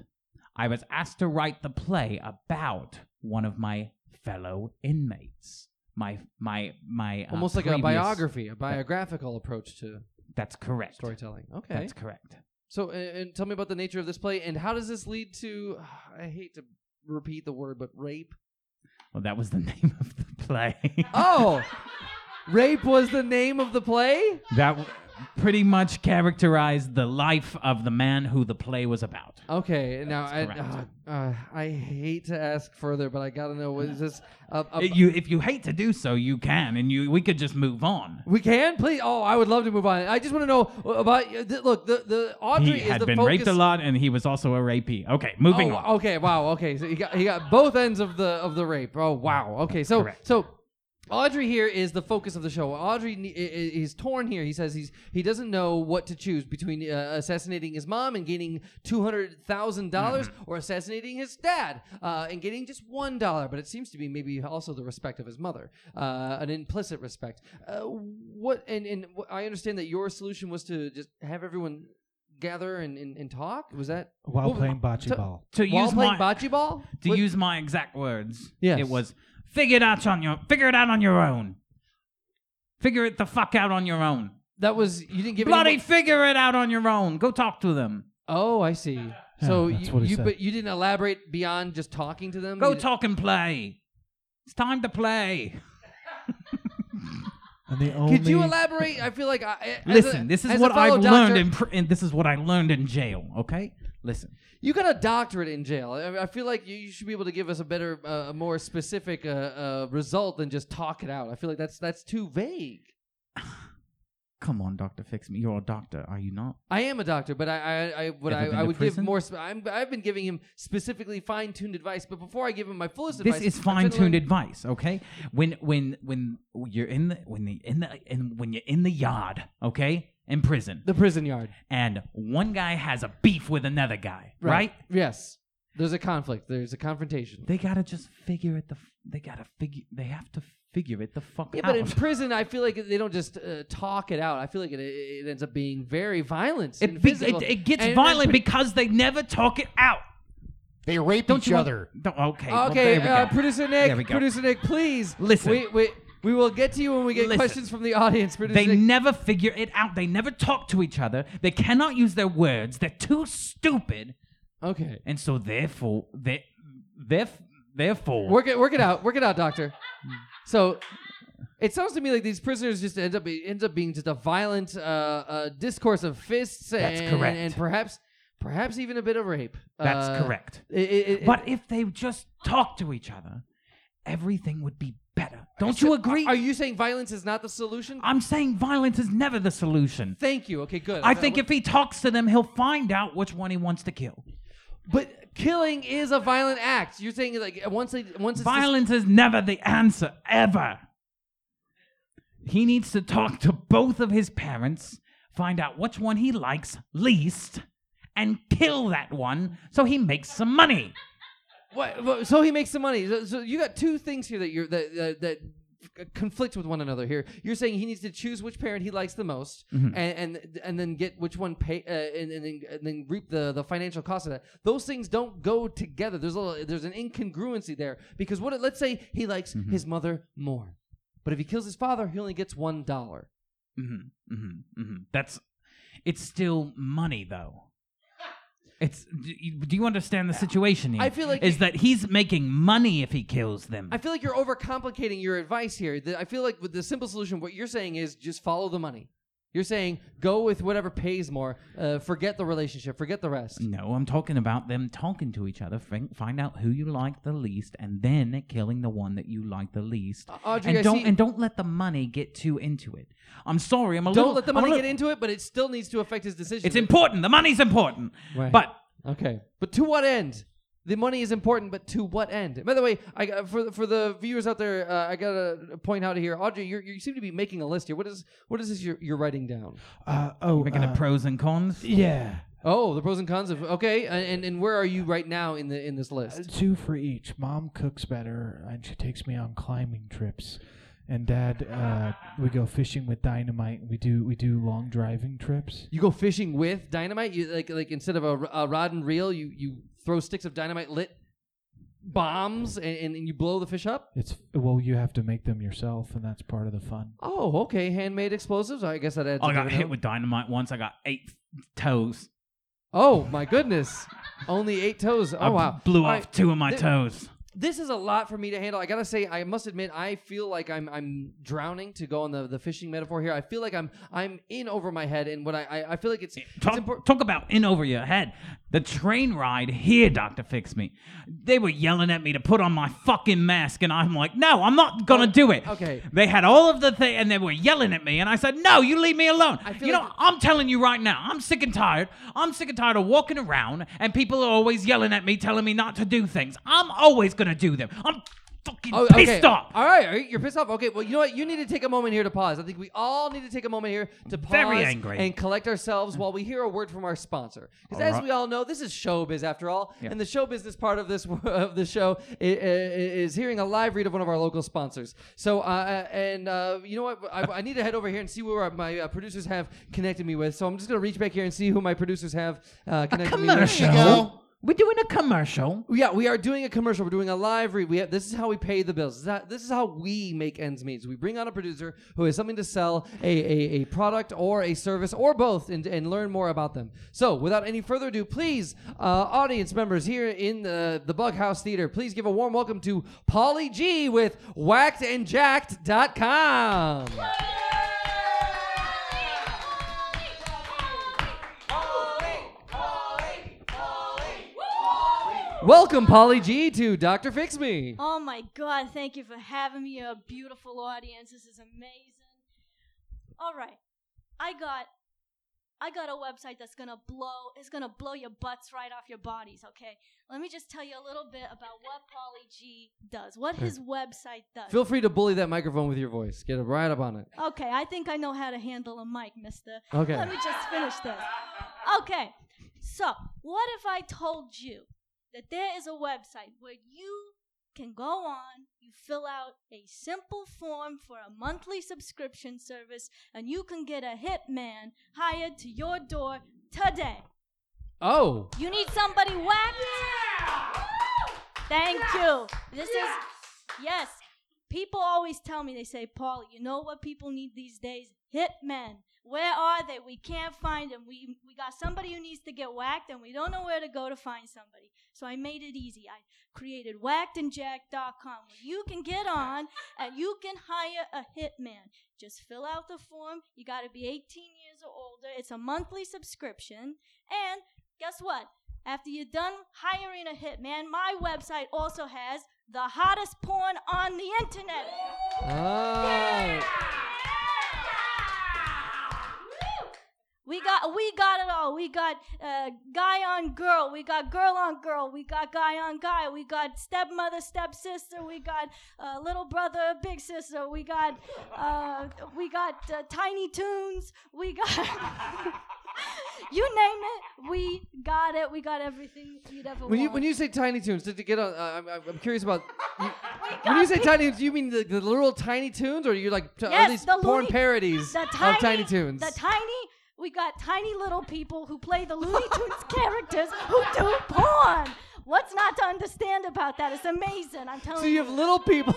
I was asked to write the play about one of my fellow inmates. My my my uh,
almost like a
previous-
biography, a biographical approach to
That's correct.
storytelling. Okay.
That's correct.
So, and, and tell me about the nature of this play, and how does this lead to? *sighs* I hate to repeat the word, but rape.
Well, that was the *laughs* name of the play. *laughs*
Oh, *laughs* rape was the name of the play.
that w- pretty much characterized the life of the man who the play was about.
Okay, now I,
correct.
uh, uh, I hate to ask further, but I gotta know was this? A, a-
If you, if you hate to do so, you can, and you we could just move on.
we can please. Oh, I would love to move on. I just want to know about. uh, th- look, the the Audrey
He
is
had
the
been
focus.
raped a lot, and he was also a rapey. Okay, moving
oh,
on.
Okay, wow. Okay, so he got he got both ends of the of the rape. Oh, wow. Okay, so
Correct.
so Audrey here is the focus of the show. Audrey ne- i- i- is torn here. He says he's he doesn't know what to choose between uh, assassinating his mom and gaining two hundred dollars,
Mm-hmm.
or assassinating his dad uh, and getting just one dollar. But it seems to be maybe also the respect of his mother, uh, an implicit respect. Uh, what and and wh- I understand that your solution was to just have everyone gather and, and, and talk. Was that
while
Well,
playing bocce
to-
ball.
To
while
use
playing
my
bocce ball?
to
What-
use my exact words,
Yes.
it was figure it out on your figure it out on your own. Figure it the fuck out on your own.
that was you didn't give
Bloody
anyone-
figure it out on your own. Go talk to them.
Oh, I see. So
that's
you,
what he
you
said.
but you didn't elaborate beyond just talking to them.
Go
You di-
talk and play. It's time to play.
And the only
Could you elaborate? I feel like I, as a-
Listen, this
as
is
a
what
fellow
I've
doctor-
learned in, pr- and this is what I learned in jail. Okay, listen.
You got a doctorate in jail. I, I feel like you, you should be able to give us a better, uh, a more specific uh, uh, result than just talk it out. I feel like that's that's too vague.
Come on, Doctor, fix me. You're a doctor, are you not?
I am a doctor, but I I, I would
Ever
I,
been
I
to
would give
prison?
more. Sp- I'm, I've been giving him specifically fine tuned advice, but before I give him my fullest
This
advice,
is
I'm trying to
fine
learn-
tuned advice, okay? When when when you're in the when the in the and when you're in the yard, okay, in prison,
The prison yard,
and one guy has a beef with another guy, right?
Yes, there's a conflict. There's a confrontation.
They gotta just figure it the. f- They gotta figure. They have to figure it the fuck
Yeah,
out.
but in prison, I feel like they don't just uh, talk it out. I feel like it, it ends up being very violent.
it,
and
be,
physical.
it, it gets
And- and
violent
pre-
because they never talk it out.
They rape
Don't
each
you want-
other.
Don't- okay. well,
okay,
Oh, there we
uh,
go.
producer
There we
Nick,
go.
producer Nick, please
Listen.
We, we, we will get to you when we get
Listen.
questions from the audience. Producer
They
Nick.
never figure it out. They never talk to each other. They cannot use their words. They're too stupid,
okay,
and so therefore, they, they're, therefore,
work it, work it out, work it out, doctor. So. It sounds to me like these prisoners just end up it ends up being just a violent uh, uh, discourse of fists
That's
and,
correct.
and perhaps perhaps even a bit of rape.
that's
Uh,
correct.
it- it- it-
But if they just talk to each other, everything would be better. Don't you agree?
Are you saying violence is not the solution?
I'm saying violence is never the solution.
Thank you. Okay, good.
I think if he talks to them, he'll find out which one he wants to kill.
but killing is a violent act. You're saying like once they once it's
Violence is never the answer, ever. He needs to talk to both of his parents, find out which one he likes least, and kill that one so he makes some money.
dis- what, what- so he makes some money. So, so you got two things here that you're that that. that conflict with one another here you're saying he needs to choose which parent he likes the most and, and and then get which one pay uh, and, and, then, and then reap the the financial cost of that those things don't go together there's a little, there's an incongruency there because what let's say he likes his mother more but if he kills his father he only gets one dollar
Mm-hmm, mm-hmm, mm-hmm. That's it's still money though. It's do you, do you understand the situation here?
I feel like-
is that he's making money if he kills them.
I feel like you're overcomplicating your advice here. The- I feel like with the simple solution, what you're saying is just follow the money. You're saying go with whatever pays more. Uh, forget the relationship. Forget the rest.
No, I'm talking about them talking to each other. fin- Find out who you like the least, and then killing the one that you like the least.
Uh, Audrey,
and
I
don't
see-
and don't let the money get too into it. I'm sorry, I'm a
Don't
little.
let the
I'm a
money
little-
get into it, but it still needs to affect his decision.
It's important. The money's important.
Right.
But
Okay, but to what end? The money is important, but to what end? By the way, I got- for for the viewers out there, uh, I gotta point out here, Audrey, you're, you seem to be making a list here. What is what is this you're, you're writing down?
Uh, oh,
making
uh,
the pros and cons.
yeah,
Oh, the pros and cons of okay, and, and and where are you right now in the in this list?
two for each. Mom cooks better, and she takes me on climbing trips. And Dad, uh, we go fishing with dynamite. We do we do long driving trips.
You go fishing with dynamite. You like like instead of a, r- a rod and reel, you you throw sticks of dynamite lit bombs and, and, and you blow the fish up.
It's well, you have to make them yourself, and that's part of the fun.
Oh, okay, handmade explosives. I guess that adds.
Oh, I
a
got
different
hit
element.
with dynamite once. I got eight toes.
Oh my goodness, only eight toes. Oh
I
wow,
blew
All
off
right.
two of my
Th-
toes.
This is a lot for me to handle. I gotta say, I must admit, I feel like I'm I'm drowning. To go on the, the fishing metaphor here, I feel like I'm I'm in over my head, and what I I, I feel like it's, it's important.
Talk, talk about in over your head. The train ride here, Doctor Fix Me. They were yelling at me to put on my fucking mask, and I'm like, no, I'm not gonna do it.
Oh, okay.
They had all of the thing, and they were yelling at me, and I said, no, you leave me alone.
I feel
You
like
know, I'm telling you right now, I'm sick and tired. I'm sick and tired of walking around, and people are always yelling at me, telling me not to do things. I'm always gonna do them. I'm fucking
Oh,
pissed
okay.
off.
All right, all right, you're pissed off. Okay, well, you know what? You need to take a moment here to pause. I think we all need to take a moment here to pause
Very angry.
and collect ourselves while we hear a word from our sponsor. Because
All
as
right.
we all know, this is showbiz after all,
Yeah.
and the show business part of this *laughs* of the show i- i- is hearing a live read of one of our local sponsors. So, uh, and uh, you know what? I, I need to head over here and see where my uh, producers have connected me with. So I'm just gonna reach back here and see who my producers have uh,
A
connected me with.
There you go.
commercial. We're doing a commercial.
Yeah, we are doing a commercial. We're doing a live read. We have, this is how we pay the bills. This is, how, this is how we make ends meet. We bring on a producer who has something to sell, a, a, a product or a service or both, and, and learn more about them. So, without any further ado, please, uh, audience members here in the, the Bug House Theater, please give a warm welcome to Polly G with whackedandjacked.com. Welcome, Polly G, to Dr. Fix Me.
Oh my god, thank you for having me, a beautiful audience. This is amazing. All right. I got I got a website that's going to blow it's going to blow your butts right off your bodies, okay? Let me just tell you a little bit about what Polly G does. What his website does.
Feel free to bully that microphone with your voice. Get right up on it.
Okay, I think I know how to handle a mic, mister.
Okay.
Let me just finish this. Okay, so what if I told you that there is a website where you can go on, you fill out a simple form for a monthly subscription service, and you can get a hitman hired to your door today?
Oh.
You need somebody whacked? Thank you. This is yes. People always tell me they say, "Paul, you know what people need these days? Hitmen. Where are they? We can't find them. We we got somebody who needs to get whacked, and we don't know where to go to find somebody." So I made it easy. I created whackedandjack.com where you can get on and you can hire a hitman. Just fill out the form. You got to be 18 years or older. It's a monthly subscription, and guess what? After you're done hiring a hitman, my website also has the hottest porn on the internet.
Oh.
We got we got it all. We got uh, guy on girl. We got girl on girl. We got guy on guy. We got stepmother, stepsister. We got uh, little brother, big sister. We got uh, we got uh, Tiny Toons. We got *laughs* you name it. We got it. We got everything you'd ever
When
want.
you when you say Tiny Toons, to, to get on, uh, I'm, I'm- I'm curious
*laughs*
about. You, when you say Tiny Toons, you mean the, the little Tiny Toons, or you like t-
Yes,
all these
the
porn
Looney-
parodies
the tiny,
of Tiny Toons?
The tiny. We got tiny little people who play the Looney Tunes *laughs* characters who do porn. What's not to understand about that? It's amazing. I'm telling
so you have little
*laughs*
people.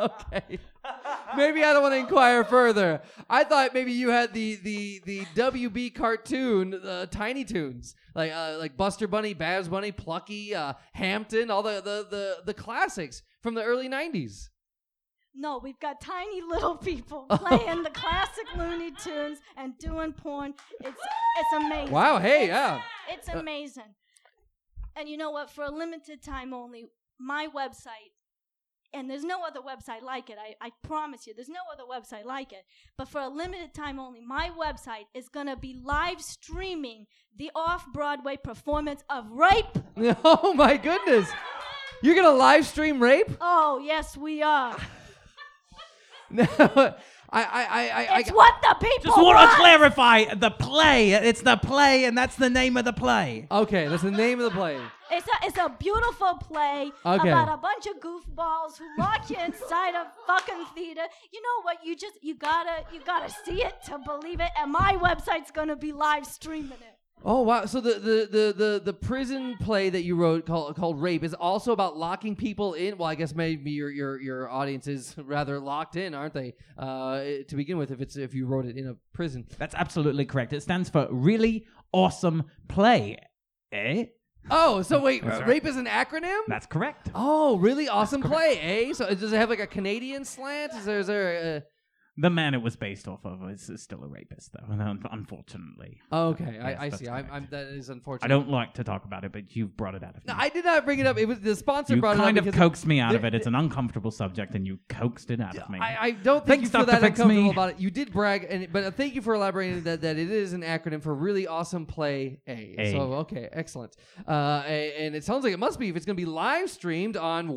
okay. Maybe I don't want to inquire further. I thought maybe you had the the the WB cartoon uh, Tiny Toons, like uh, like Buster Bunny, Babs Bunny, Plucky, uh, Hampton, all the, the the the classics from the early '90s.
No, we've got tiny *laughs* little
*laughs*
people playing the classic Looney Tunes and doing porn. It's it's amazing.
Wow. Hey.
It's-
Yeah. Uh,
It's amazing. And you know what? For a limited time only, my website, and there's no other website like it, I, I promise you, there's no other website like it. But for a limited time only, my website is going to be live streaming the off Broadway performance of Rape.
*laughs* Oh my goodness. You're gonna live stream rape? *laughs*
Oh, yes, we are.
No. I I I I, I
It's what the people
Just want
want.
to clarify the play. It's the play, and that's the name of the play.
Okay, that's the name of the play.
It's a, it's a beautiful play
Okay.
about a bunch of goofballs who lock you inside a fucking theater. You know what? You just you gotta you gotta see it to believe it. And my website's gonna be live streaming it.
Oh wow. So the the the the, the prison play that you wrote called called Rape is also about locking people in. Well, I guess maybe your your your audience is *laughs* rather locked in, aren't they? Uh to begin with if it's if you wrote it in a prison.
That's absolutely correct. It stands for really awesome play. Eh?
Oh, so wait,
That's right.
rape is an acronym?
That's correct.
Oh, really awesome play, eh? So does it have like a Canadian slant? Is there, is there a,
The man it was based off of is, is still a rapist, though. *laughs* and un- Unfortunately, *laughs*
Okay,
Yes,
I, I
that's
see. I'm,
correct.
I'm, that is unfortunate.
I don't like to talk about it, but you've brought it out of me.
No, I did not bring it up. It was the sponsor
you
brought
kind
it up.
of
because
coaxed me out of
there-
it. It's an uncomfortable subject, and you coaxed it out of me.
I, I don't think
Thanks,
you feel
Dr.
that
Fix Me.
uncomfortable about it. You did brag, and but thank you for elaborating that that it is an acronym for really awesome play A.
A.
So okay, excellent. Uh, a- and it sounds like it must be if it's going to be live streamed on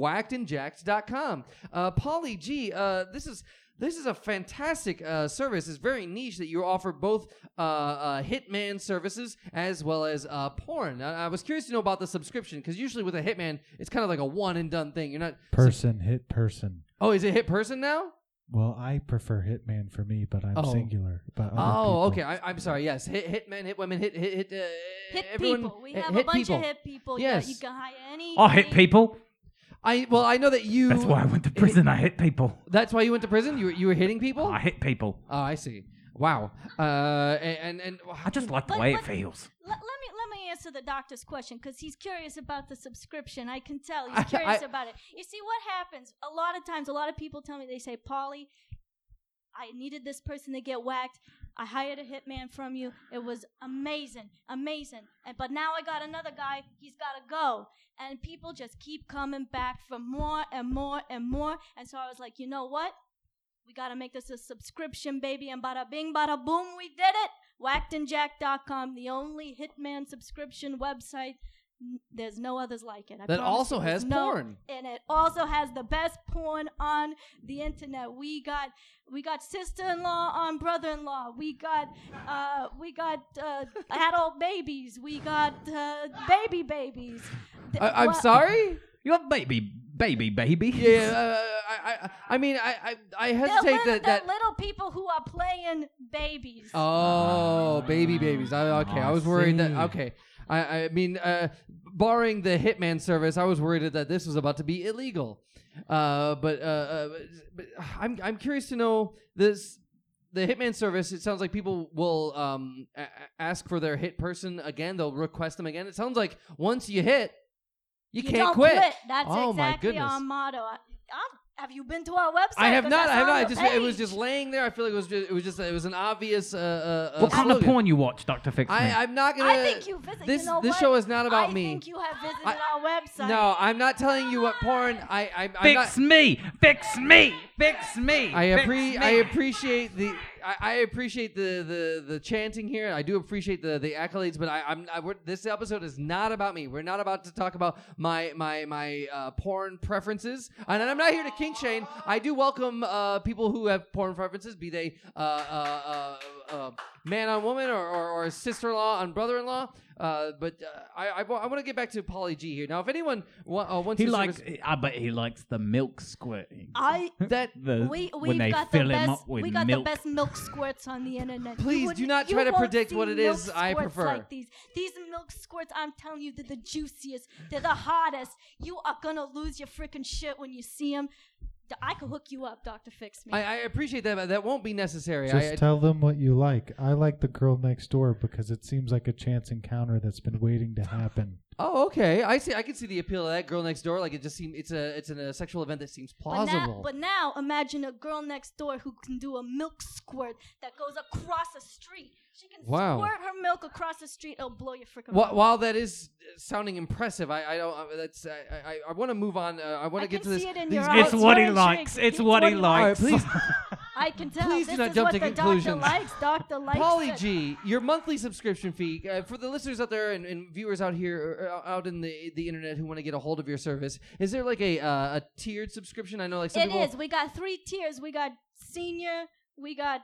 whackedandjacked.com. Uh, Polly G, uh, this is. This is a fantastic uh, service. It's very niche that you offer both uh, uh, hitman services as well as uh, porn. I, I was curious to know about the subscription because usually with a hitman, it's kind of like a one and done thing. You're not.
Person hit person.
Oh, is it hit person now?
Well, I prefer Hitman for me, but I'm
Oh.
singular. But other
Oh,
people-
okay. I, I'm sorry. Yes, hit, hit men, hit women, hit hit hit, uh,
Hit
everyone.
people. We
hit-
have
hit
a bunch
people.
of hit people.
Yes.
Yeah, you can hire any.
I hit
any-
people.
I well, I know that you.
That's why I went to prison. I hit people.
That's why you went to prison. You were- you were hitting people.
I hit people.
oh, I see. Wow. Uh, and and,
I just like the
But-
way it
but-
feels.
Let, let me let me answer the doctor's question because he's curious about the subscription. I
*laughs*
can tell
I-
he's curious
I-
about it. You see, what happens a lot of times? A lot of people tell me they say, "Polly, I needed this person to get whacked. I hired a hitman from you. It was amazing, amazing. And but now I got another guy. He's got to go." And people just keep coming back for more and more and more. And so I was like, you know what? We got to make this a subscription, baby. And bada bing, bada boom, we did it. WhackedandJack.com, the only hitman subscription website. N- There's no others like it. I
that
promise
also
you, there's
has
no-
porn.
And it also has the best porn on the internet. We got we got sister-in-law on brother-in-law. We got uh, we got uh, adult babies. We got uh, baby babies. Th-
I, I'm
what-
sorry.
You're a baby, baby, baby.
Yeah. Uh, I, I I mean I I, I
They're
hesitate
little,
that that.
they're little people who are playing babies.
Oh, baby babies. I, okay, I
Ah, I
was worried that.
see.
Okay, I, I mean, uh, barring the hitman service, I was worried that this was about to be illegal. Uh, but, uh, uh, but I'm I'm curious to know this. The hitman service. It sounds like people will um, a- a- ask for their hit person again. They'll request them again. It sounds like once you hit, you, can't
don't
quit.
That's
Oh, my
exactly
goodness.
our motto. I, I'm, have you been to our website?
I have
'Cause
not.
that's
I have
on
not. I
the
just it was
page.
just laying there. I feel like it was just it was just it was an obvious. Uh, uh, uh,
What kind of
slogan.
porn you watch, Doctor Fix Me?
I, I'm not gonna.
I think you visit.
This
you know
this
what?
show is not about
I
me.
think you have visited
I-
our website.
No, I'm not telling you what porn.
Ah.
I, I I'm
fix
not.
me, fix me, fix me.
I,
fix
appre-
me.
I appreciate the I, I appreciate the, the the chanting here. I do appreciate the the accolades, but I, I'm I, we're, this episode is not about me. We're not about to talk about my my my uh, porn preferences, and I'm not here to kink shame. I do welcome uh, people who have porn preferences, be they uh, uh, uh, uh, man on woman or, or, or sister-in-law on brother-in-law. Uh, but uh, I I, want to get back to Polly G here now. If anyone wa- uh, wants
He
to
likes.
service-
I bet he likes the milk squirting.
*laughs*
I.
that
The-
Uh, We
when
we've
they
got
fill
the
him
best
up with
we got
milk.
the best milk squirts on the internet. You
Please
wouldn't-
do not
you
try to
won't
predict
see
what it
milk
is I
squirts
prefer.
Like these these milk squirts, I'm telling you, they're the juiciest. They're the hottest. You are gonna lose your freaking shit when you see them. I could hook you up, Doctor Fix Me.
I, I appreciate that, but that won't be necessary.
Just
I,
tell them what you like. I like the girl next door because it seems like a chance encounter that's been waiting to happen.
oh, okay. I see. I can see the appeal of that girl next door. Like it just seems it's a it's an, a sexual event that seems
But
plausible.
now, but now imagine a girl next door who can do a milk squirt that goes across a street. She can
Wow.
squirt her milk across the street. It'll blow your freaking
Wh-
mind.
while that is sounding impressive, I, I don't. I, that's I I, I want to move on. Uh, I want
I
to get to
can
this.
see it in
these
your
girls-
eyes.
It's what he
It's
likes.
what he
It's what he likes.
likes. *laughs*
Alright,
I can tell.
Please do
this
not
is
jump
what
to
the
conclusions.
Doctor likes. Doctor
*laughs*
likes.
Polly
it.
G, your monthly subscription fee uh, for the listeners out there and, and viewers out here, uh, out in the the internet who want to get a hold of your service, is there like a uh, a tiered subscription? I know like some
It
people.
is. We got three tiers. We got senior. We got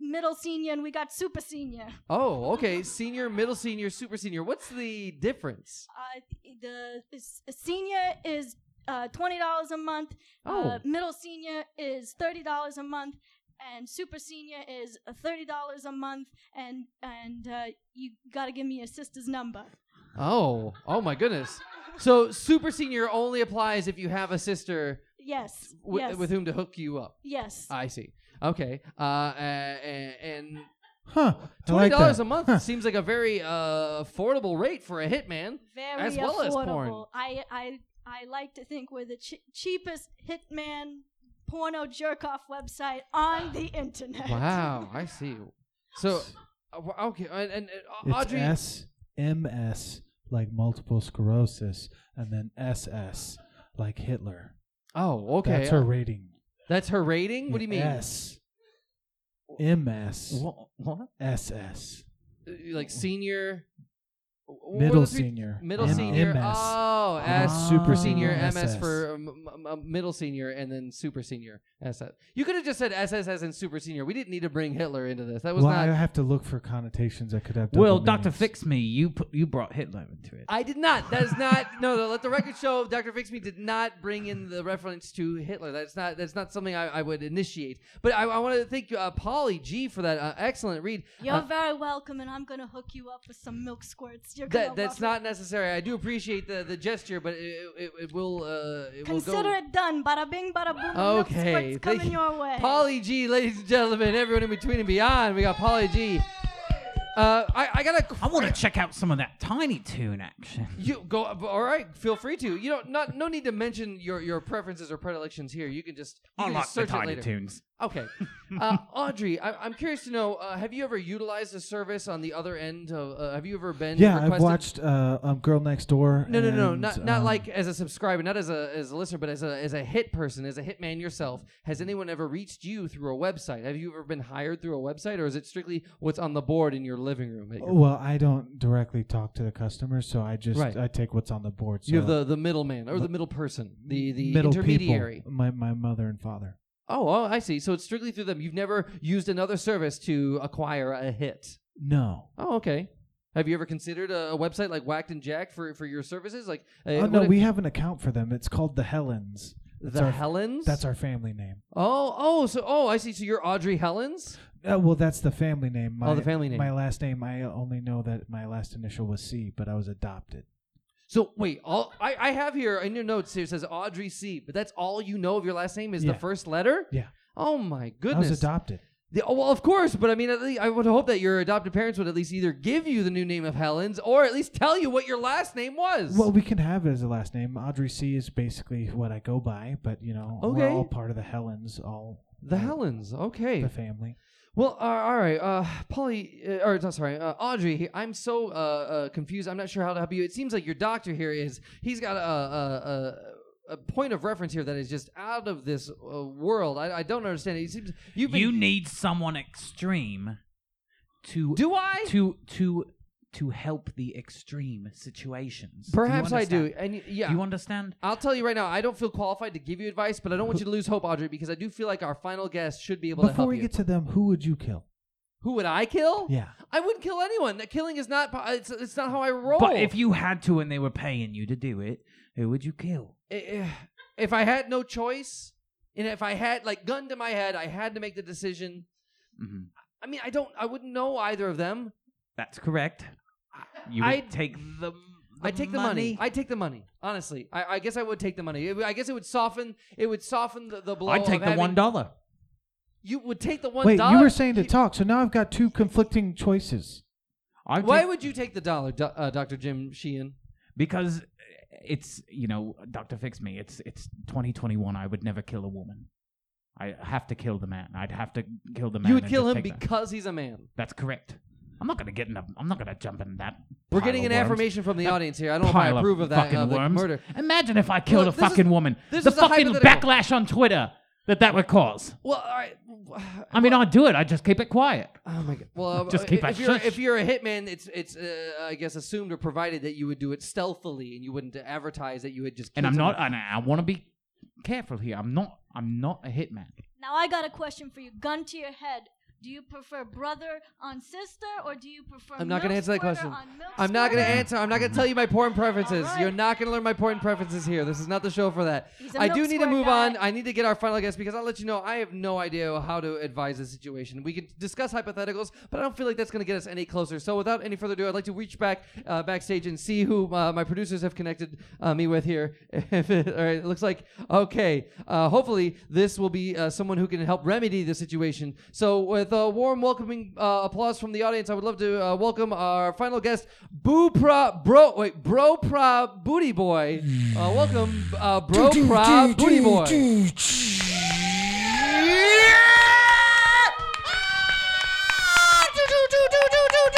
middle senior, and we got super senior.
Oh, okay. Senior, middle senior, super senior. What's the difference?
Uh, the s- senior is uh, twenty dollars a month.
Oh.
Uh, middle senior is thirty dollars a month, and super senior is uh, thirty dollars a month. And and uh, you gotta give me your sister's number.
Oh, oh my goodness. So super senior only applies if you have a sister
Yes.
w-
yes.
with whom to hook you up.
yes.
I see. Okay. Uh, a- a- and
Huh. I
twenty
like
dollars
that.
a month
Huh.
seems like a very uh, affordable rate for a hitman.
very
As well
affordable.
as porn.
I I I like to think we're the ch- cheapest hitman porno jerk off website
*sighs*
on the internet.
Wow, I see. So, uh, wh- okay, and, and uh,
It's
Audrey,
S M S like multiple sclerosis, and then S S like Hitler.
oh, okay,
That's her rating.
That's her rating. What do you mean?
S M S
*laughs* What? what?
S S
Uh, Like senior, wh- what were
middle
the three-
senior
middle
and
senior.
MS.
Oh,
and
S
super
senior,
senior
MS
SS.
for um, m- m- middle senior, and then super senior, SS. You could have just said SS as in super senior. We didn't need to bring Hitler into this. That was
Well, I
not.
have to look for connotations that could have.
Well,
double
Doctor
meanings.
Fix Me, you put, you brought Hitler into it.
I did not. That is not. *laughs* No, no. Let the record show. Doctor Fix Me did not bring in the reference to Hitler. That's not. That's not something I, I would initiate. But I, I want to thank uh, Polly G for that uh, excellent read.
You're
Uh,
very welcome, and I'm gonna hook you up with some milk squirts. You're gonna
That that's not
love
necessary. I do appreciate the, the gesture, but it, it, it will uh, it
it.
will go.
Consider it done. Bada bing, bada boom.
Okay,
Milk squirts
thank
coming
you.
your way.
Polly G, ladies and gentlemen, everyone in between and beyond. We got Polly G. Uh, I, I got a.
I want to check out some of that Tiny Toon action.
You go. All right, feel free to. You don't. Not no need to mention your, your preferences or predilections here. You can just. You can
Unlock
just
the
search it
Tiny
later.
Toons. *laughs*
Okay, uh, Audrey, I, I'm curious to know: uh, Have you ever utilized a service on the other end? Of, uh, have you ever been?
Yeah, I've
requested?
watched uh, um, Girl Next Door.
No, no, no,
and,
not not
um,
like as a subscriber, not as a as a listener, but as a as a hit person, as a hitman yourself. Has anyone ever reached you through a website? Have you ever been hired through a website, or is it strictly what's on the board in your living room? that you're-
Well, I don't directly talk to the customers, so I just
Right.
I take what's on the board. So
you have the the middleman or the middle person, the the
middle
intermediary.
people, my my mother and father.
Oh, oh, I see. So it's strictly through them. You've never used another service to acquire a hit.
No,
Oh, okay. Have you ever considered a, a website like Whacked and Jack for for your services? Like, uh,
oh
what
no,
if-
we have an account for them. It's called the Helens. That's
the
our,
Helens.
That's our family name.
Oh, oh, so oh, I see. So you're Audrey Helens.
Uh, well, that's the family name. My,
Oh, the family name.
My last name. I only know that my last initial was C, but I was adopted.
So wait, all I, I have here in your notes here it says Audrey C, but that's all you know of your last name is
Yeah.
the first letter.
Yeah.
Oh my goodness.
I was adopted.
The- oh, well, of course, but I mean, at least, I would hope that your adopted parents would at least either give you the new name of Helen's or at least tell you what your last name was.
Well, we can have it as a last name. Audrey C is basically what I go by, but you know,
Okay.
we're all part of the Helens, all
the Helen's. Okay.
the family.
Well, uh, all right, uh, Polly, uh, or not sorry, uh, Audrey. I'm so uh, uh, confused. I'm not sure how to help you. It seems like your doctor here is he's got a a, a, a point of reference here that is just out of this uh, world. I, I don't understand it. It seems you've been.
You need someone extreme to
do I?
to to to help the extreme situations. Do you
Perhaps I do.
understand?
And y- yeah,
Do you understand?
I'll tell you right now. I don't feel qualified to give you advice, but I don't want you to lose hope, Audrey, because I do feel like our final guest should be able to
Before
help
we
you.
get to them, who would you kill?
Who would I kill?
Yeah.
I wouldn't kill anyone. That killing is not. po- It's, it's not how I roll.
But if you had to and they were paying you to do it, who would you kill?
Eh, if I had no choice, and if I had like gun to my head, I had to make the decision.
Mhm.
I mean, I don't, I wouldn't know either of them.
That's correct. You would
I'd-
take the, the
I take the money. I take the money. Honestly, I, I guess I would take the money. It would- I guess it would soften. It would soften the, the blow.
I'd
of
take the
having-
one dollar.
You would take the one.
Wait,
dollar?
you were saying to talk, so now I've got two conflicting choices.
I'd
Why
take-
would you take the dollar, Do- uh, Doctor Jim Sheehan?
because it's you know Doctor Fix Me. It's it's 2021. I would never kill a woman. I have to kill the man. I'd have to kill the man.
you would
and
kill
just
him
take the-
because he's a man.
That's correct. I'm not gonna get in. A, I'm not gonna jump in that.
We're
pile
getting
of
an
worms.
affirmation from the
That
audience here. I don't know if I
pile
approve of that
fucking
uh, the
worms.
murder.
Imagine if I killed
Look,
a
this is-
fucking woman.
this
The
is a
fucking
hypothetical.
backlash on Twitter that that would cause.
Well, all right. *sighs*
*laughs* I mean, I'd do it. I'd just keep it quiet.
Oh my god! Well,
Just
uh,
keep
if
that
you're
shush.
if you're a hitman, it's it's uh, I guess assumed or provided that you would do it stealthily and you wouldn't advertise that you would just.
And
kill
I'm not.
someone.
And I want to be careful here. I'm not. I'm not a hitman.
Now I got a question for you. Gun to your head. Do you prefer brother on sister, or do you prefer?
I'm not gonna
milk
answer that
squirter
question.
on milk
I'm not gonna
squirter?
answer. I'm not gonna tell you my porn preferences.
All right.
You're not gonna learn my porn preferences here. This is not the show for that.
He's a
I do
milk
need to
squirt
move
guy.
on. I need to get our final guest because I'll let you know I have no idea how to advise the situation. We can discuss hypotheticals, but I don't feel like that's gonna get us any closer. So without any further ado, I'd like to reach back uh, backstage and see who uh, my producers have connected uh, me with here. *laughs* If it- All right, it looks like okay. Uh, hopefully, this will be uh, someone who can help remedy the situation. So with a warm welcoming uh, applause from the audience, I would love to uh, welcome our final guest, Boo Pra Bro. Wait, Bro Pra Oh, Booty Boy. Uh, welcome, uh, Bro Pra Booty Boy.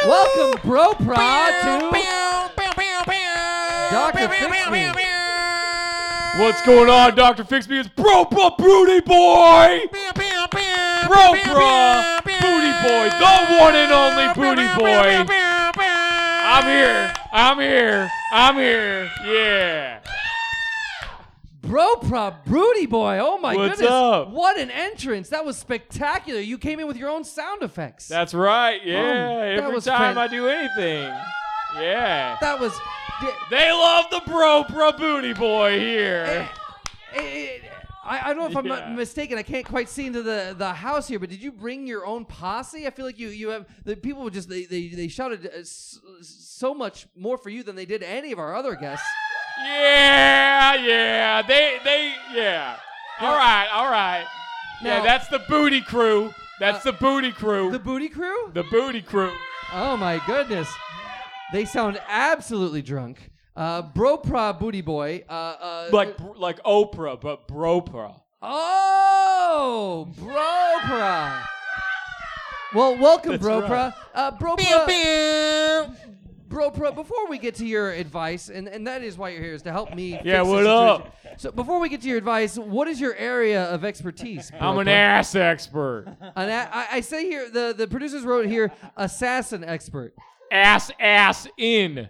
Welcome, Bro Prod, to Dr. Fix Me.
What's going on, Dr. Fixby? It's Bro Bro Broody Boy! Bro Bro Booty Boy, the one and only Booty Boy. I'm here. I'm here. I'm here. Yeah.
Bro Prod, Broody Boy. Oh my
What's
goodness.
up?
What an entrance. That was spectacular. You came in with your own sound effects.
That's right. Yeah.
Oh, that
Every
was
time
fan-
I do anything. Yeah.
that was. di-
They love the Bro Bro Booty Boy here.
I, Eh, I don't know if I'm not
Yeah.
mistaken. I can't quite see into the, the house here, but did you bring your own posse? I feel like you, you have the people were just they they, they shouted uh, s- so much more for you than they did any of our other guests.
Yeah. Yeah. They. They. Yeah. All right. All right. Yeah.
Now-
That's the Booty Crew. That's
Uh,
the Booty Crew.
The Booty Crew.
the Booty Crew.
oh my goodness, they sound absolutely drunk. Uh, bro, pra booty boy. Uh, uh,
like br- like Oprah, but Bropra.
oh, bro, pra. Well, welcome,
That's
bro,
right.
pra. Uh, bro, pra. Bro, bro, before we get to your advice, and, and that is why you're here, is to help me.
Yeah,
fix the
what up?
situation. So before we get to your advice, what is your area of expertise? Bro,
I'm an
bro?
ass expert.
An a- I, I say here the, the producers wrote here assassin expert,
ass ass in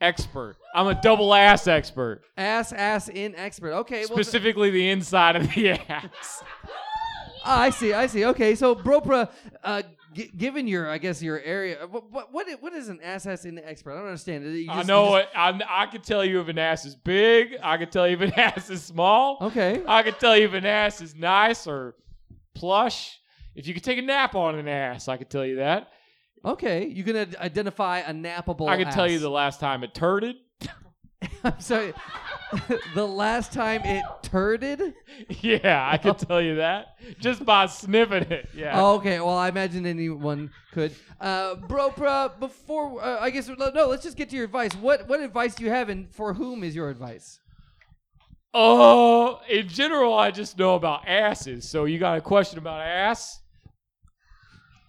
expert. I'm a double ass expert.
ass ass in expert. Okay, well, th-
Specifically the inside of the *laughs* ass.
ah, I see, I see. Okay, so Bropra, uh, g- given your I guess your area, what what what i- what is an assassin in expert? I don't understand. You
I
just-
know
you
it. I, I could tell you if an ass is big. I could tell you if an *laughs* ass is small.
just- Okay.
I could tell you if an ass is nice or plush. If you could take a nap on an ass, I could tell you that.
Okay. You can ad- identify a nappable.
I could tell you
ass.
the last time it turded.
*laughs* I'm sorry. the last time it turded.
*laughs* yeah, I could tell you that just
*laughs*
by sniffing it. Yeah.
Oh, okay. Well, I imagine anyone could. Uh, bro, bro. Before uh, I guess no. Let's just get to your advice. What what advice do you have, and for whom is your advice?
Oh, in general, I just know about asses. So you got a question about ass?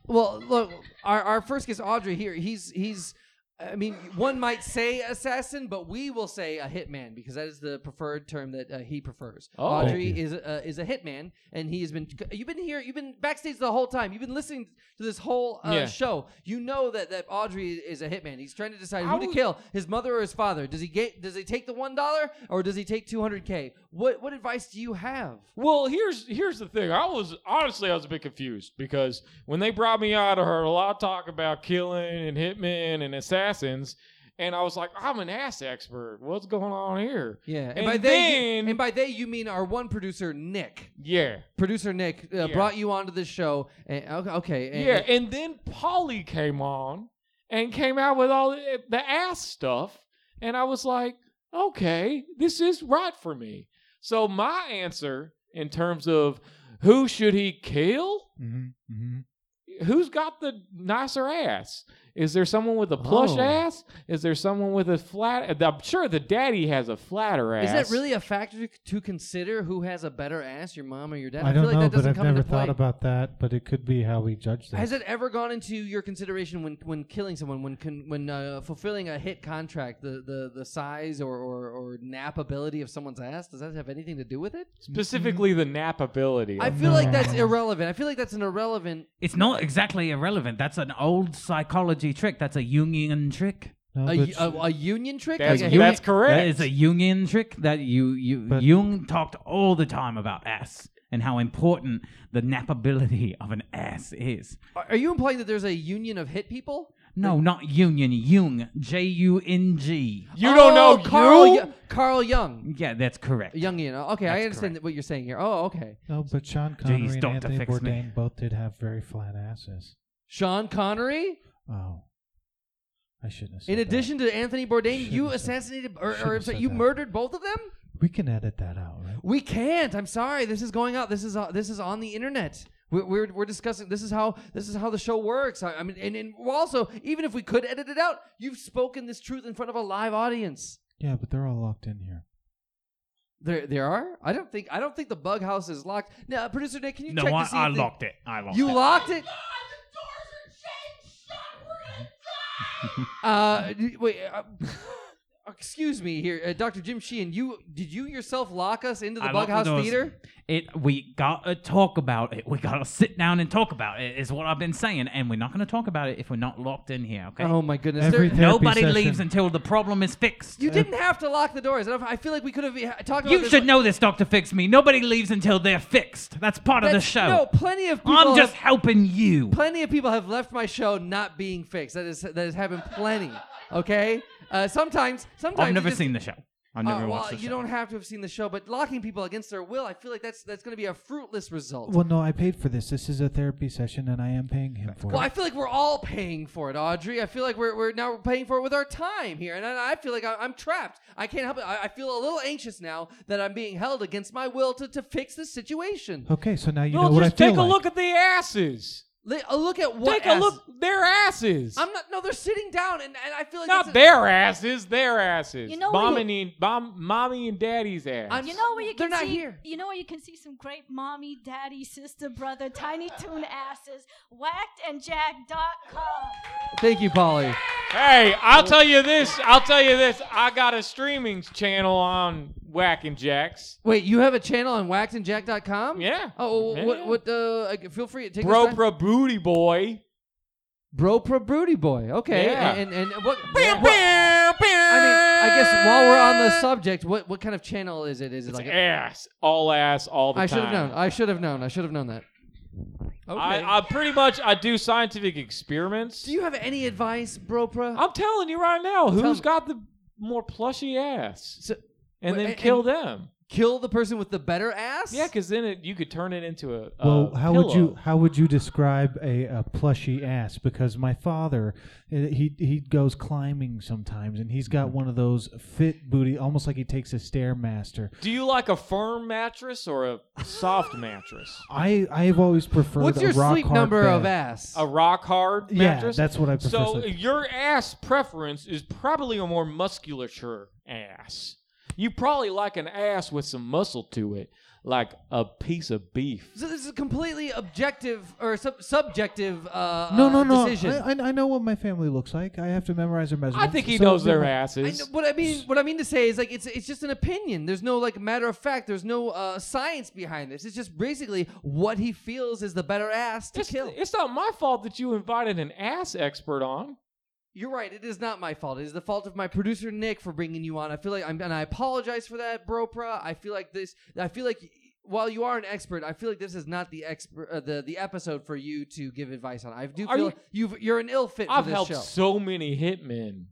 Well, look, our our first guest, Audrey here. He's he's. I mean, one might say assassin, but we will say a hitman because that is the preferred term that uh, he prefers.
Oh.
Audrey is uh, is a hitman, and he has been. You've been here. You've been backstage the whole time. You've been listening to this whole uh,
Yeah.
show. You know that, that Audrey is a hitman. He's trying to decide
I
who to
was-
kill: his mother or his father. Does he get? Does he take the one dollar or does he take two hundred k? What what advice do you have?
Well, here's here's the thing. I was honestly I was a bit confused because when they brought me out, I heard a lot of talk about killing and hitmen and assassins, and I was like, I'm an ass expert. What's going on here?
Yeah, and,
And
by they you,
then-
and by they you mean our one producer Nick.
Yeah,
Producer Nick uh,
Yeah.
brought you onto this show. And, okay, okay, and-
yeah. And then Polly came on and came out with all the, the ass stuff, and I was like, okay, this is right for me. So my answer in terms of who should he kill?
Mhm, mhm.
who's got the nicer ass? Is there someone with a plush
Oh.
ass? Is there someone with a flat? I'm sure the daddy has a flatter ass.
Is that really a factor to consider who has a better ass, your mom or your dad?
I don't
feel like
know,
that
but
doesn't
I've
come
never
into play.
thought about that. But it could be how we judge that.
Has it ever gone into your consideration when, when killing someone, when con- when uh, fulfilling a hit contract, the, the, the size or, or, or nappability of someone's ass? Does that have anything to do with it?
specifically the nap ability?
I feel like that's irrelevant. I feel like that's an irrelevant.
It's not exactly irrelevant. That's an old psychology trick. That's a Jungian trick.
No,
A,
but
a, a union trick?
that's,
Like a-
that's
That
correct.
is a Jungian trick that you, you
But-
Jung talked all the time about ass and how important the nappability of an ass is.
Are you implying that there's a union of hit people?
No, not union. Jung. J U N G.
you don't
Oh,
know
Carl,
you?
Yo- Carl Young.
Yeah, that's correct.
Youngian. Oh, Okay, I
That's
understand
correct.
what you're saying here. Oh, okay.
no, but Sean Connery and
Dr.
Anthony
Fix Me.
Bourdain both did have very flat asses.
Sean Connery.
Oh, I shouldn't. Have said
In
that.
addition to Anthony Bourdain,
Should've
*laughs*
you
said-
assassinated or,
should've
or I'm sorry,
said
you
that.
murdered both of them.
we can edit that out, right?
We can't. I'm sorry. This is going out. This is uh, this is on the internet. We're, we're, we're discussing. This is how this is how the show works. I, I mean, and, and we're also even if we could edit it out, you've spoken this truth in front of a live audience.
Yeah, but they're all locked in here.
There there are. I don't think I don't think the bug house is locked. Now, producer Nick, can you
No,
check
I,
to see
I
if the-
locked it. I locked
You
it.
locked it. Uh,
*laughs*
d- wait. Uh, *laughs* excuse me here, uh, Dr. Jim Sheehan. You did you yourself lock us into the
I locked
Bughouse
the doors.
Theater?
It we gotta talk about it. We gotta sit down and talk about it. Is what I've been saying, and we're not gonna talk about it if we're not locked in here. Okay.
Oh my goodness.
Every
there-
therapy
Nobody
session.
leaves until the problem is fixed.
you didn't have to lock the doors. I don't- I feel like we could have uh, talked about
You
this-
should know this, Doctor Fix Me. Nobody leaves until they're fixed. That's part of the
That's-
show.
No, plenty of people.
I'm
have-
just helping you.
plenty of people have left my show not being fixed. That is that has happened plenty. Okay. Uh, sometimes, sometimes
I've
it
never
just-
seen the show. I've
Uh,
never
well,
watched the
you
show.
don't have to have seen the show, but locking people against their will, I feel like that's that's going to be a fruitless result.
Well, no, I paid for this. This is a therapy session, and I am paying him for
Well, I
it.
feel like we're all paying for it, Audrey. I feel like we're, we're now paying for it with our time here, and I, I feel like I, I'm trapped. I can't help it. I, I feel a little anxious now that I'm being held against my will to, to fix this situation.
Okay, so now you
no,
know what I
just
feel
take a
like.
look at the asses.
Li- a look at what?
take a
ass-
look, their asses.
I'm not. No, they're sitting down, and, and I feel like
not
that's a-
their asses, their asses.
You know what
Mom and, mom, mommy and daddy's ass.
I'm-
You know where you can
They're not
see,
here.
You know where you can see some great mommy, daddy, sister, brother, tiny tune asses, whackedandjack.com.
Thank you, Polly.
Hey, I'll tell you this. I'll tell you this. I got a streaming channel on Whacking Jacks.
Wait, you have a channel on waxandjack.com?
Yeah.
Oh,
Yeah.
what? What? Uh, I- feel free to take
Bro,
this time.
pro booty boy.
Bro, pro broody boy. Okay.
Yeah.
And, and and
*laughs*
what? what- I mean, I guess while we're on the subject, what what kind of channel is it? Is it
It's
like? a-
ass, all ass, all the
I should
time.
have known. I should have known. I should have known that. Okay.
I, I pretty much I do scientific experiments.
Do you have any advice, bro, pro?
I'm telling you right now,
Tell
who's
me.
got the more plushy ass?
So-
and
wait,
then
and-
kill them.
Kill the person with the better ass?
Yeah, because then it, you could turn it into a. a
Well,
uh,
how would
pillow.
you how would you describe a, a plushy ass? Because my father, uh, he he goes climbing sometimes, and he's
Mm-hmm.
got one of those fit booty, almost like he takes a stairmaster.
Do you like a firm mattress or a soft mattress?
I I've always preferred.
What's
a
your
rock
sleep
hard
number
bed.
of ass?
A rock hard
Yeah,
mattress?
that's what I prefer.
So
sleep-
your ass preference is probably a more musculature ass. You probably like an ass with some muscle to it, like a piece of beef.
so this is a completely objective or sub- subjective uh,
no,
uh,
no, no.
decision.
I, I I know what my family looks like. I have to memorize their measurements.
I think he
So
knows their
my-
I
asses.
know, what I mean, what I mean to say is like it's it's just an opinion. There's no like matter of fact. There's no uh, science behind this. It's just basically what he feels is the better ass to
It's,
kill.
it's not my fault that you invited an ass expert on.
You're right. It is not my fault. It is the fault of my producer Nick for bringing you on. I feel like I'm, and I apologize for that, Bropra. I feel like this. I feel like while you are an expert, I feel like this is not the expert, uh, the the episode for you to give advice on. I do
Are
feel
you-
you, have you're an ill fit for
I've
this
helped
show.
so many hitmen.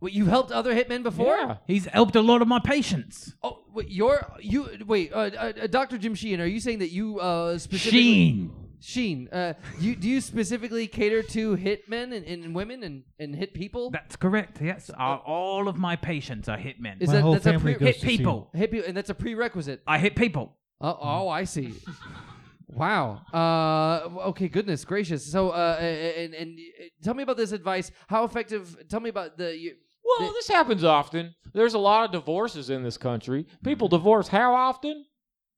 Wait, you've helped other hitmen before?
Yeah.
He's helped a lot of my patients.
Oh, wait, you're you wait, uh, uh, uh, Dr. Jim Sheen. Are you saying that you uh, specifically
Sheen.
Sheen, uh, you do you specifically cater to hitmen and, and women and, and hit people?
That's correct. Yes, Our- all of my patients are hitmen.
Is
My
that-
whole
that's a
family
pre-
goes
hit
to see
people.
hit people, and that's a prerequisite.
I hit people.
Oh, oh I see. wow. Uh, okay. Goodness gracious. So, uh, and, and and tell me about this advice. How effective? Tell me about the. You,
Well,
They-
this happens often. There's a lot of divorces in this country. People divorce how often?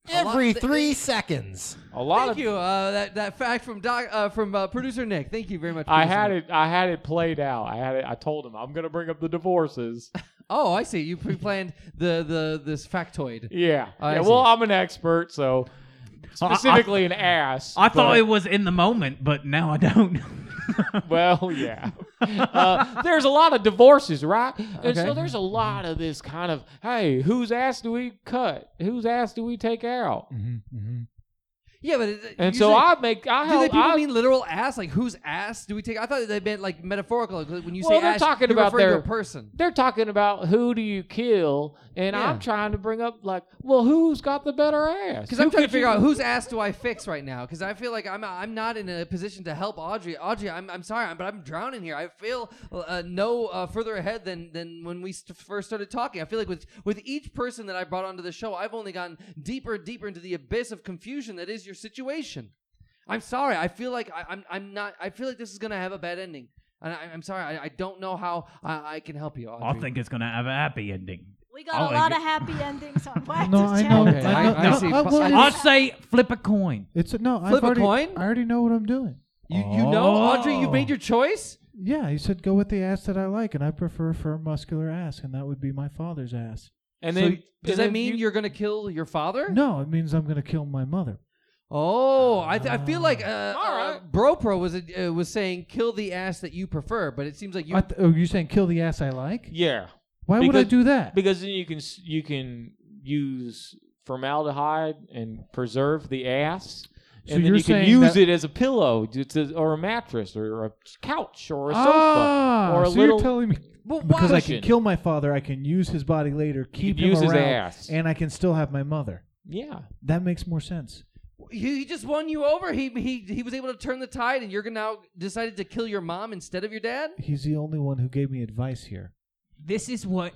Every
lot-
three seconds.
A lot
thank
of
you. Uh, that that fact from doc uh, from uh, producer Nick. Thank you very much.
I
producer
had
Nick.
it I had it played out. I had it I told him I'm going to bring up the divorces. *laughs*
Oh, I see. You pre-planned the the this factoid.
Yeah.
Oh, I
yeah
see.
well, I'm an expert, so
I- I-
specifically an ass.
I thought
but-
it was in the moment, but now I don't. *laughs*
Well,
*laughs*
yeah. uh, there's a lot of divorces, right? And
Okay.
so there's a lot of this kind of, hey, whose ass do we cut? Whose ass do we take out?
Mm-hmm.
Mhm, mhm.
Yeah, but it,
And
usually-
so I make, I
Do they
help.
people
I,
mean literal ass? Like whose ass do we take? I thought they meant like metaphorical. Like, when you
Well,
say
they're
ass,
talking
you're
about
referring to
their-
a person.
they're talking about who do you kill, and
Yeah.
I'm trying to bring up like, well, who's got the better ass?
Because
Who
I'm trying to
could you-
figure out
*laughs*
whose ass do I fix right now? Because I feel like I'm I'm not in a position to help Audrey. Audrey, I'm, I'm sorry, but I'm drowning here. I feel uh, no uh, further ahead than than when we st- first started talking. I feel like with with each person that I brought onto the show, I've only gotten deeper and deeper into the abyss of confusion that is your situation. I'm sorry. I feel like I, I'm I'm not. I feel like this is gonna have a bad ending. And I, I'm sorry. I, I don't know how I, I can help you. Audrey.
I think it's gonna have a happy ending.
We got
Oh, I
a lot
get-
of happy endings on
*laughs*
Whacked
No, I know.
Okay,
I know.
I- I
no,
see.
I- well,
I-
I
it's-
say flip a coin.
it's no. I've
Flip a
already-
coin?
I already know what I'm doing.
you you know, Audrey. You
Oh.
made your choice.
Yeah, he said go with the ass that I like, and I prefer firm, muscular ass, and that would be my father's ass.
And
So
then
does
and
that
then
mean
you-
you, are gonna kill your father?
No, it means I'm gonna kill my mother.
Oh, I, th- I feel like uh,
All
uh, Bro Pro was uh, was saying kill the ass that you prefer, but it seems like you.
I th- oh, you're saying kill the ass I like?
Yeah,
Why would I
because-
do that?
because then you can s- you can use formaldehyde and preserve the ass.
So
and then
you're
you can
saying
use
that-
it as a pillow to, to- or a mattress or a couch or a sofa
Oh.
ah,
or a
so
little
you're telling me *laughs*
but why?
because I
Cushion.
can kill my father, I can use his body later,
you
keep
could
him
use
around,
his ass.
and I can still have my mother.
yeah.
That makes more sense.
he, he just won you over. He he he was able to turn the tide, and you're gonna now decided to kill your mom instead of your dad.
He's the only one who gave me advice here.
This is what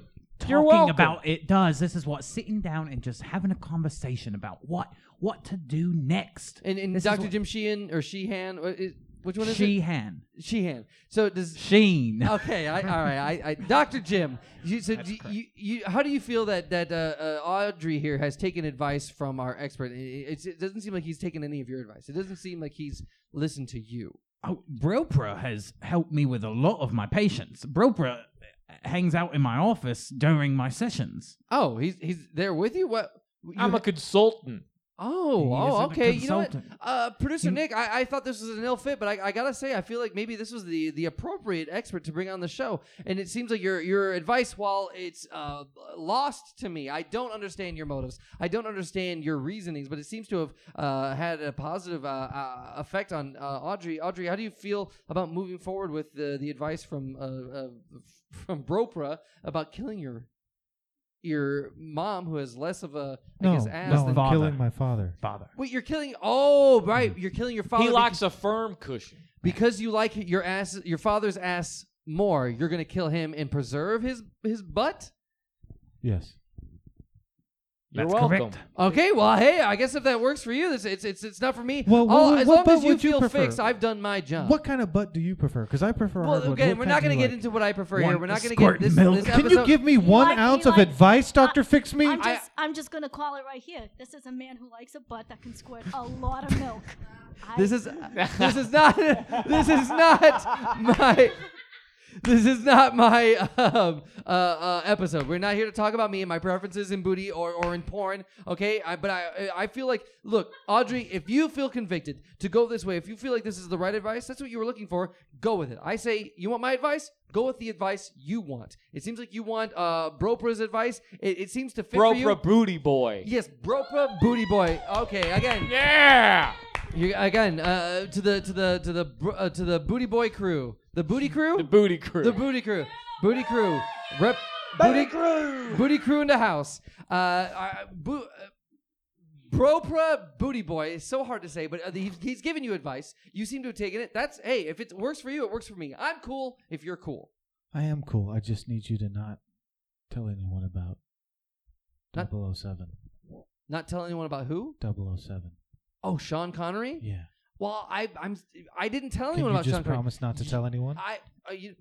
You're
talking
welcome.
about it does. This is what sitting down and just having a conversation about what what to do next.
And, and
This is
Dr.
what-
Jim Sheehan or Sheehan, what is- which one is it? Oh.
Sheehan.
Sheehan. So does
Sheen.
okay, I, all right. I, I, Dr. Jim, you, so do you, you, how do you feel that that uh, uh, Audrey here has taken advice from our expert? It, it, it doesn't seem like he's taken any of your advice. It doesn't seem like he's listened to you.
Oh, Bropra has helped me with a lot of my patients. Bropra hangs out in my office during my sessions.
Oh, he's he's there with you. What? you
I'm a consultant.
oh,
He
oh,
isn't a
okay. You know what?
consultant.
Uh, producer
He-
Nick, I, I thought this was an ill fit, but I, I gotta say, I feel like maybe this was the the appropriate expert to bring on the show. And it seems like your your advice, while it's uh, lost to me, I don't understand your motives. I don't understand your reasonings, but it seems to have uh, had a positive uh, uh, effect on uh, Audrey. Audrey, how do you feel about moving forward with the the advice from uh, uh, from Bropra about killing your your mom, who has less of a I
no,
guess ass
no,
than
I'm
Father.
killing my father.
Father.
Wait, you're killing. Oh,
Mm.
right, you're killing your father.
He
beca-
likes a firm cushion.
because you like your ass, your father's ass more. You're gonna kill him and preserve his his butt.
Yes.
You're
That's
welcome.
correct.
Okay, well, hey, I guess if that works for you, it's it's it's, it's not for me.
Well,
All-
what-
as
what
long
butt
as you
would you
feel
prefer?
fixed, I've done my job.
What kind of butt do you prefer? Because I prefer
Well,
hardwood.
again,
What
we're
kind
not
do
gonna
you
get
like?
into what I prefer
Want
here. We're not gonna
squirt
get this.
milk?
this
Can you
episode-
give me one
like- he
ounce of
like-
advice, Doctor Fix Me?
I'm
I-
just, I, am just gonna call it right here. This is a man who likes a butt that can squirt a lot of milk. I-
This is uh, this is not *laughs* this is not my this is not my um, uh, uh, episode. We're not here to talk about me and my preferences in booty or, or in porn. Okay, I, but I I feel like look, Audrey, if you feel convicted to go this way, if you feel like this is the right advice, that's what you were looking for. Go with it. I say, you want my advice? Go with the advice you want. It seems like you want uh, Bropra's advice. It, it seems to fit for you.
Bropra booty boy.
Yes, Bropra booty boy. Okay, again.
Yeah.
You, again, uh, to the to the to the br- uh, to the booty boy crew, the booty crew,
The booty crew.
The booty crew, booty crew, rep, booty
crew.
booty crew in the house. Uh, I- boo, uh, Propra booty boy is so hard to say, but uh, he's, he's giving you advice. You seem to have taken it. That's hey, if it works for you, it works for me. I'm cool if you're cool.
I am cool. I just need you to not tell anyone about
Not-
007.
Not tell anyone about who.
007.
Oh, Sean Connery.
Yeah.
Well, I I'm I didn't tell
Can
anyone
you
about Sean
just
Connery.
promise not to
*laughs*
tell anyone?
I uh, you,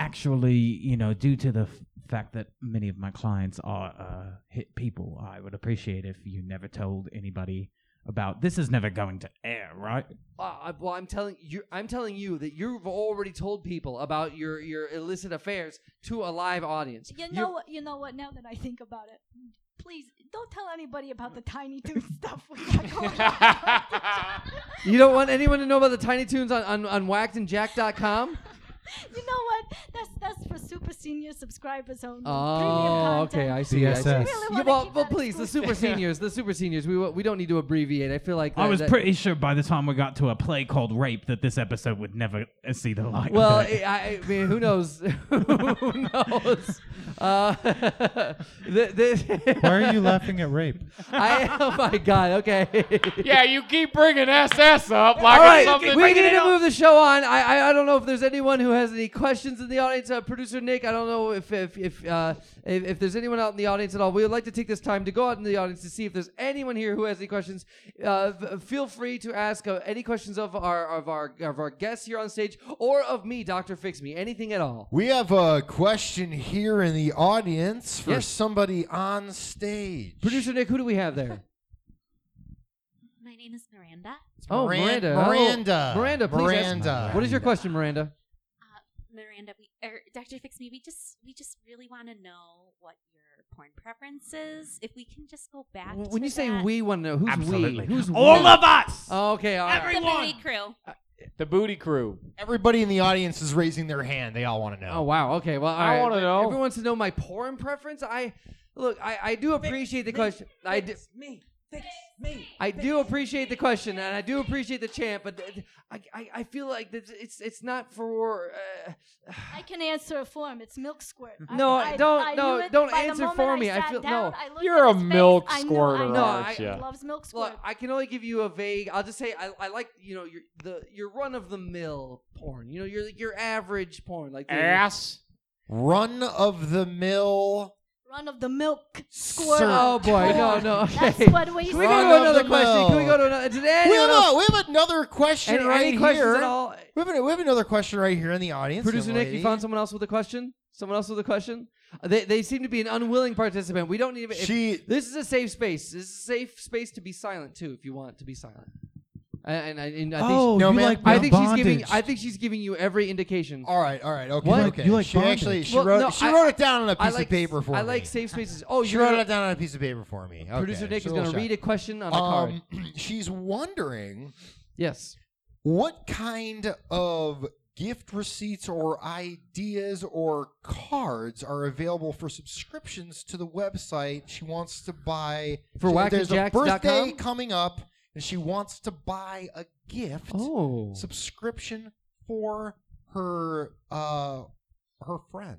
Actually, you know, due to the f- fact that many of my clients are uh, hit people, I would appreciate if you never told anybody about this. Is never going to air, right?
Uh, I, well, I'm telling you, I'm telling you that you've already told people about your your illicit affairs to a live audience.
You
You're-
know what? You know what? Now that I think about it, please don't tell anybody about the
*laughs*
Tiny Toon stuff we got going on.
you don't want anyone to know about the Tiny Tunes on on, on
*laughs*
whackedandjack.com.
you know what? That's that's for super senior subscribers only.
Oh, okay, I see. I see.
DSS.
Really
Yeah,
wanna
well,
keep
well,
that
please, the
exclusive.
super seniors, the super seniors. We wa- we don't need to abbreviate. I feel like
I
that-
was
that-
pretty sure by the time we got to a play called Rape that this episode would never uh, see the light. of *laughs*
Well,
day.
I, I I mean, who knows? *laughs* who knows? Uh, *laughs* th- this-
Why are you laughing at rape?
*laughs* I, oh my god. Okay.
*laughs* yeah, you keep bringing SS up like
All
it's
right,
something.
we need to move the show on. I, I I don't know if there's anyone who has any questions in the audience. Uh, Producer Nick, I don't know if if if, uh, if if there's anyone out in the audience at all. We would like to take this time to go out in the audience to see if there's anyone here who has any questions. Uh, f- feel free to ask uh, any questions of our of our of our guests here on stage or of me, Doctor Fix Me, anything at all.
We have a question here in the audience for
Yes.
somebody on stage.
Producer Nick, who do we have there?
My name is Miranda.
Oh,
Miran-
Miranda. Oh,
Miranda.
Miranda, please ask-
Miranda.
What is your question, Miranda?
Miranda, we or Dr. Fix Me, we just we just really want to know what your porn preference is. If we can just go back.
When
to
you say
that-
we want to know who's
Absolutely.
we, who's
All
we?
of us.
Oh, okay, all right.
the booty
everyone.
crew.
The booty crew.
Everybody in the audience is raising their hand. They all want to know.
Oh wow. Okay. Well, all
I
right.
wanna know.
Everyone wants to know my porn preference. I look. I, I do appreciate the question. I do,
me. Fix me.
I do appreciate the question, and I do appreciate the chant, but th- th- I, I I feel like that it's it's not for. Uh,
I can answer a form. It's milk squirt. I-
No,
I,
don't-
I knew
no,
it
don't
by the
answer
moment
for me. I
sat
feel-
down,
no.
I looked
You're
at
a
his face.
milk
I know,
squirter,
I know,
aren't
he
ya?
Loves milk squirt.
look, I can only give you a vague. I'll just say I, I like you know your the your run of the mill porn. You know your your average porn like the-
Ass.
Run of the mill.
Run of
*laughs*
the milk squirt.
Sir.
Oh boy, no,
porn.
no. Okay.
That's what we
Can
said.
we go
Run
to
of
another
the
question? Can we
mill.
go to another? Did
We
anyone
have,
else?
a, we have another question
Any,
right
any questions
here.
at all?
We have, a- we have another question right here in the audience.
Producer
young
Nick, you
lady.
found someone else with a question? Someone else with a question? Uh, They, they seem to be an unwilling participant. We don't need to.
She
this is a safe space. This is a safe space to be silent too, if you want to be silent. And, and, I- and I think,
oh,
No,
you
man.
like
I think she's
bondage.
giving. I think she's giving you every indication.
All right, all right, okay,
What?
okay.
You like
she actually
bondage.
she
Well,
wrote
no,
she
I-
wrote it down on a
I
piece
like
of paper for
I
me.
like safe spaces. Oh,
she
you're
wrote
gonna-
it down on a piece of paper for me. Okay,
producer Nick
she's
is
a
going to
little
read
shy.
a question on a card.
Um, *clears throat* she's wondering
Yes.
what kind of gift receipts or ideas or cards are available for subscriptions to the website she wants to buy
For
she- There's
whackandjacks.com?
a birthday coming up, and she wants to buy a gift
Oh.
subscription for her uh her friend.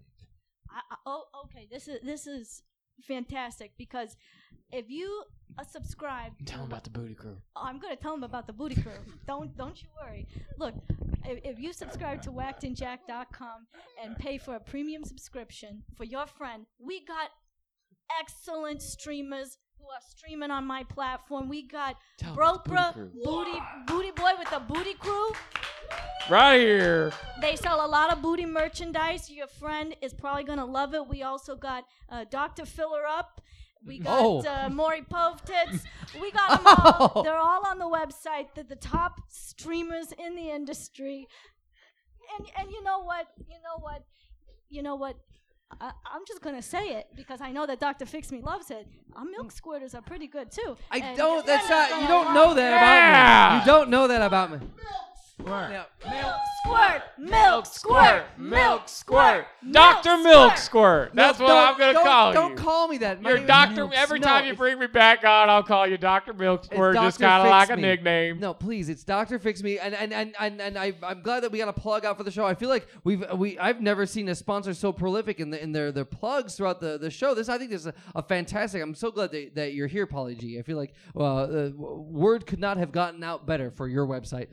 I, I- oh, okay. This is this is fantastic because if you uh, subscribe,
Tell him about the booty crew.
Oh, I'm gonna tell him about the booty crew. don't don't you worry. Look, if, if you subscribe to whackedandjack.com and pay for a premium subscription for your friend, we got excellent streamers who are streaming on my platform. We got
Tell 'em
Bro
about the Oh, booty
Bro
crew.
Booty Booty Boy with the Booty Crew.
Right here.
They sell a lot of booty merchandise. Your friend is probably going to love it. We also got uh, Dr. Filler Up. We got
Oh.
uh, Maury Pove Tits.
*laughs*
We got them all.
Oh.
They're all on the website. They're the top streamers in the industry. And, and you know what? You know what? You know what? I, I'm just going to say it because I know that Dr. Fix Me loves it. Our milk squirters are pretty good too.
I
And your
don't. That's
friend is
not. You
gonna
don't know
love
that about me.
Yeah.
You don't know that about me.
Where?
Now,
Milk squirt, milk squirt, milk squirt,
Dr. Milk Squirt. That's
No,
what
don't-
I'm going to
don't-
call
Don't
you.
call me that. My
You're
name is-
Dr.
No,
Every
no,
time you
it's-
bring me back on, I'll call you Dr. Milk Squirt.
Dr.
Just kind of
Fix
like a
Me.
nickname.
No, please, it's Doctor Fix Me, and and and and, and I, I'm glad that we got a plug out for the show. I feel like we've we I've never seen a sponsor so prolific in the, in their their plugs throughout the, the show. This I think is a, a fantastic. I'm so glad that, that you're here, Polly G. I feel like uh, uh, word could not have gotten out better for your website,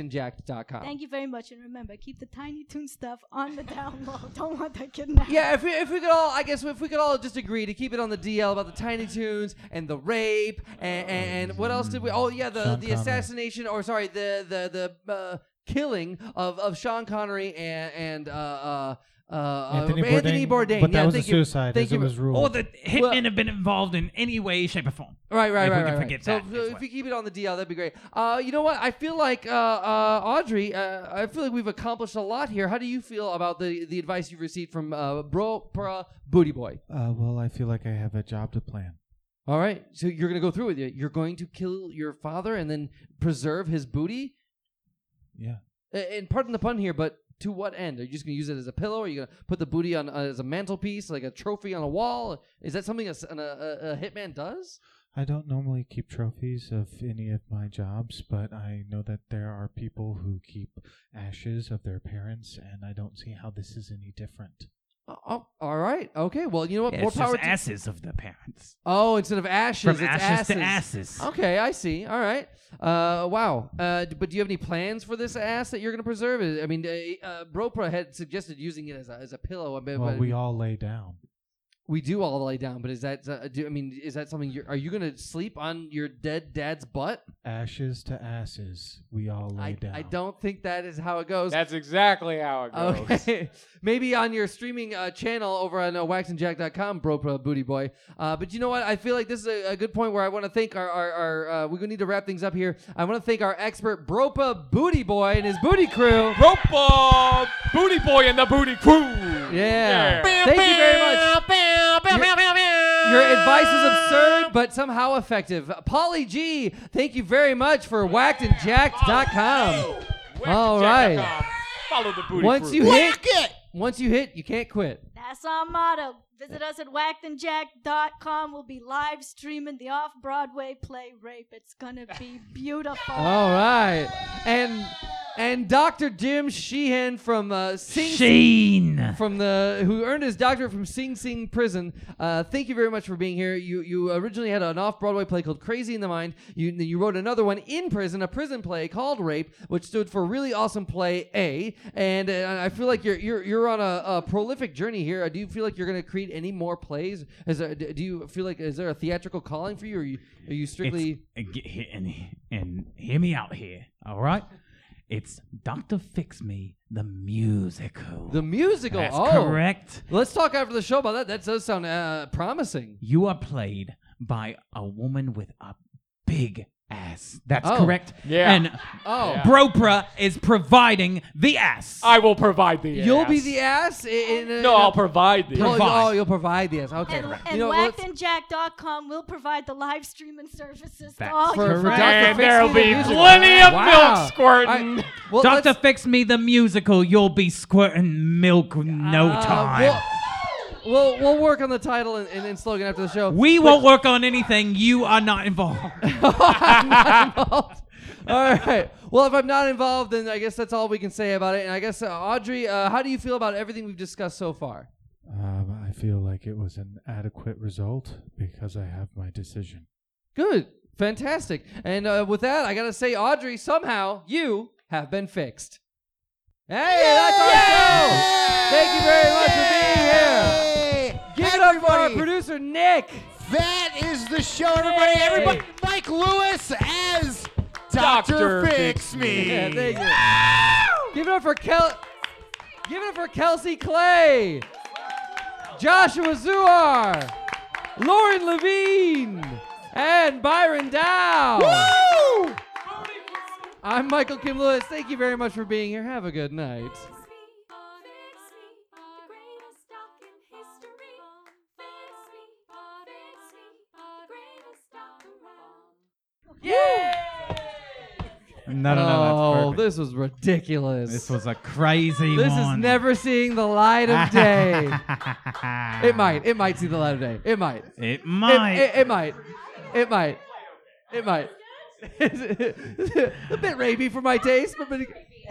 whackedandjacked.com.
Thank you very much, and remember, keep the Tiny Toon stuff
*laughs*
on the down low. Don't want that kidnapped.
Yeah, if we, if we could all, I guess if we could all just agree to keep it on the DL about the Tiny Toons and the rape and, and, and what else did we? Oh yeah, the
Sean
the
Connery.
assassination or sorry, the the the uh, killing of of Sean Connery and and uh, uh, uh, uh,
Anthony Bourdain.
Anthony Bourdain.
But that
yeah,
was a
thank you.
suicide,
thank
as
you. Oh,
it was ruled.
All the hitmen
Well-
have been involved in any way, shape, or form.
Right, right,
If we
right,
can
right.
forget
right.
that
So
as
if
well.
we keep it on the DL, that'd be great. Uh, you know what? I feel like uh, uh, Audrey. Uh, I feel like we've accomplished a lot here. How do you feel about the the advice you've received from uh, Bro Pra Booty Boy?
Uh, well, I feel like I have a job to plan.
All right. So you're going to go through with it. You're going to kill your father and then preserve his booty?
Yeah.
A- And pardon the pun here, but to what end? Are you just going to use it as a pillow? Are you going to put the booty on uh, as a mantelpiece, like a trophy on a wall? Is that something a, s- an- a- a, a hitman does?
I don't normally keep trophies of any of my jobs, but I know that there are people who keep ashes of their parents, and I don't see how this is any different.
Oh, oh, all right. Okay. Well, you know what?
Yeah,
More
it's just
power to.
asses of the parents.
oh, instead of ashes,
From
it's
ashes,
asses.
to asses.
Okay, I see. All right. Uh, wow. Uh, d- but do you have any plans for this ass that you're going to preserve? I I mean, uh, uh, Bropra had suggested using it as a, as a pillow. I mean,
Well,
but-
we all lay down.
we do all lay down, but is that uh, do, I mean is that something you're are you gonna sleep on your dead dad's butt?
Ashes to asses, we all lay
I,
down.
I don't think that is how it goes.
That's exactly how it goes.
Okay, *laughs* maybe on your streaming uh, channel over on uh, waxandjack.com, bro, bro, booty boy. Uh, but you know what? I feel like this is a, a good point where I want to thank our, our, our uh, we're gonna need to wrap things up here. I want to thank our expert Bropa Booty Boy and his booty crew.
Ropa, booty boy, and the booty crew.
Yeah. Thank you very much. Your advice was absurd, but somehow effective. Polly G, thank you very much for whackedandjacked.com. All right.
Follow the booty
Once
crew.
you hit, once you hit, you can't quit.
That's our motto. Visit us at whackandjack.com. We'll be live streaming the off Broadway play Rape. It's going to
*laughs*
be beautiful.
All right. And and Dr. Jim Sheehan from uh, Sing
Sheen.
from the who earned his doctorate from Sing Sing Prison. Uh, thank you very much for being here. You you originally had an off Broadway play called Crazy in the Mind. You then you wrote another one in prison, a prison play called Rape, which stood for Really Awesome Play A. And uh, I feel like you're you're you're on a, a prolific journey here. Uh, Do you feel like you're going to create any more plays? Is there, do you feel like is there a theatrical calling for you? Or are you are you strictly
It's, uh, get here and, and hear me out here, all right? It's Doctor Fix Me the musical.
the musical?
That's
oh.
correct.
Let's talk after the show about that. That does sound uh, promising.
You are played by a woman with a big ass. That's
Oh.
correct.
Yeah.
And
Oh.
Yeah.
Bropra is providing the ass.
I will provide the
You'll be
ass.
the ass. i- In, in
No,
a-
I'll provide the
Oh,
ass.
you- Oh, you'll provide the ass. Okay.
And, and
you know, let's- *laughs*
whackandjack.com will provide the live streaming services
That's
to all
for-
your
for
friends.
Dr.
And
Fix
there'll
Me the
be
musical.
plenty of
Wow.
milk squirting.
I- well,
Doctor
let's-
Fix Me the musical. You'll be squirting milk in no
uh,
time.
We'll, we'll, we'll work on the title and, and, and slogan after the show.
we won't work on anything. You are not involved.
*laughs* I'm not involved. All right. Well, if I'm not involved, then I guess that's all we can say about it. And I guess, uh, Audrey, uh, how do you feel about everything we've discussed so far?
Um, I feel like it was an adequate result because I have my decision.
Good. Fantastic. And uh, with that, I got to say, Audrey, somehow you have been fixed. Hey, that's our show. Thank you very much for being here.
Hey,
Give it up for our
everybody.
producer, Nick.
That is the show, everybody. Everybody, Mike Lewis as Doctor
Dr.
Fix Me.
Yeah, thank you. Give it up for Kel. Give it up for Kelsey Clay, Joshua Zuar, Lauren Levine, and Byron Dow. I'm Michael Kim Lewis. Thank you very much for being here. Have a good night.
No,
oh, this was ridiculous.
This was a crazy
This is
one.
never seeing the light of day.
*laughs*
it might. It might see the light of day. It might.
It
It-
might.
It, it might. It might. It might. *laughs* a bit rapey for my taste, but but-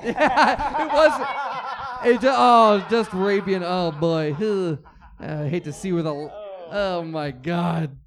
yeah, *laughs* it was. It ju- oh, Uh, just rapey and oh boy, Ugh. I hate to see where the. Oh my god.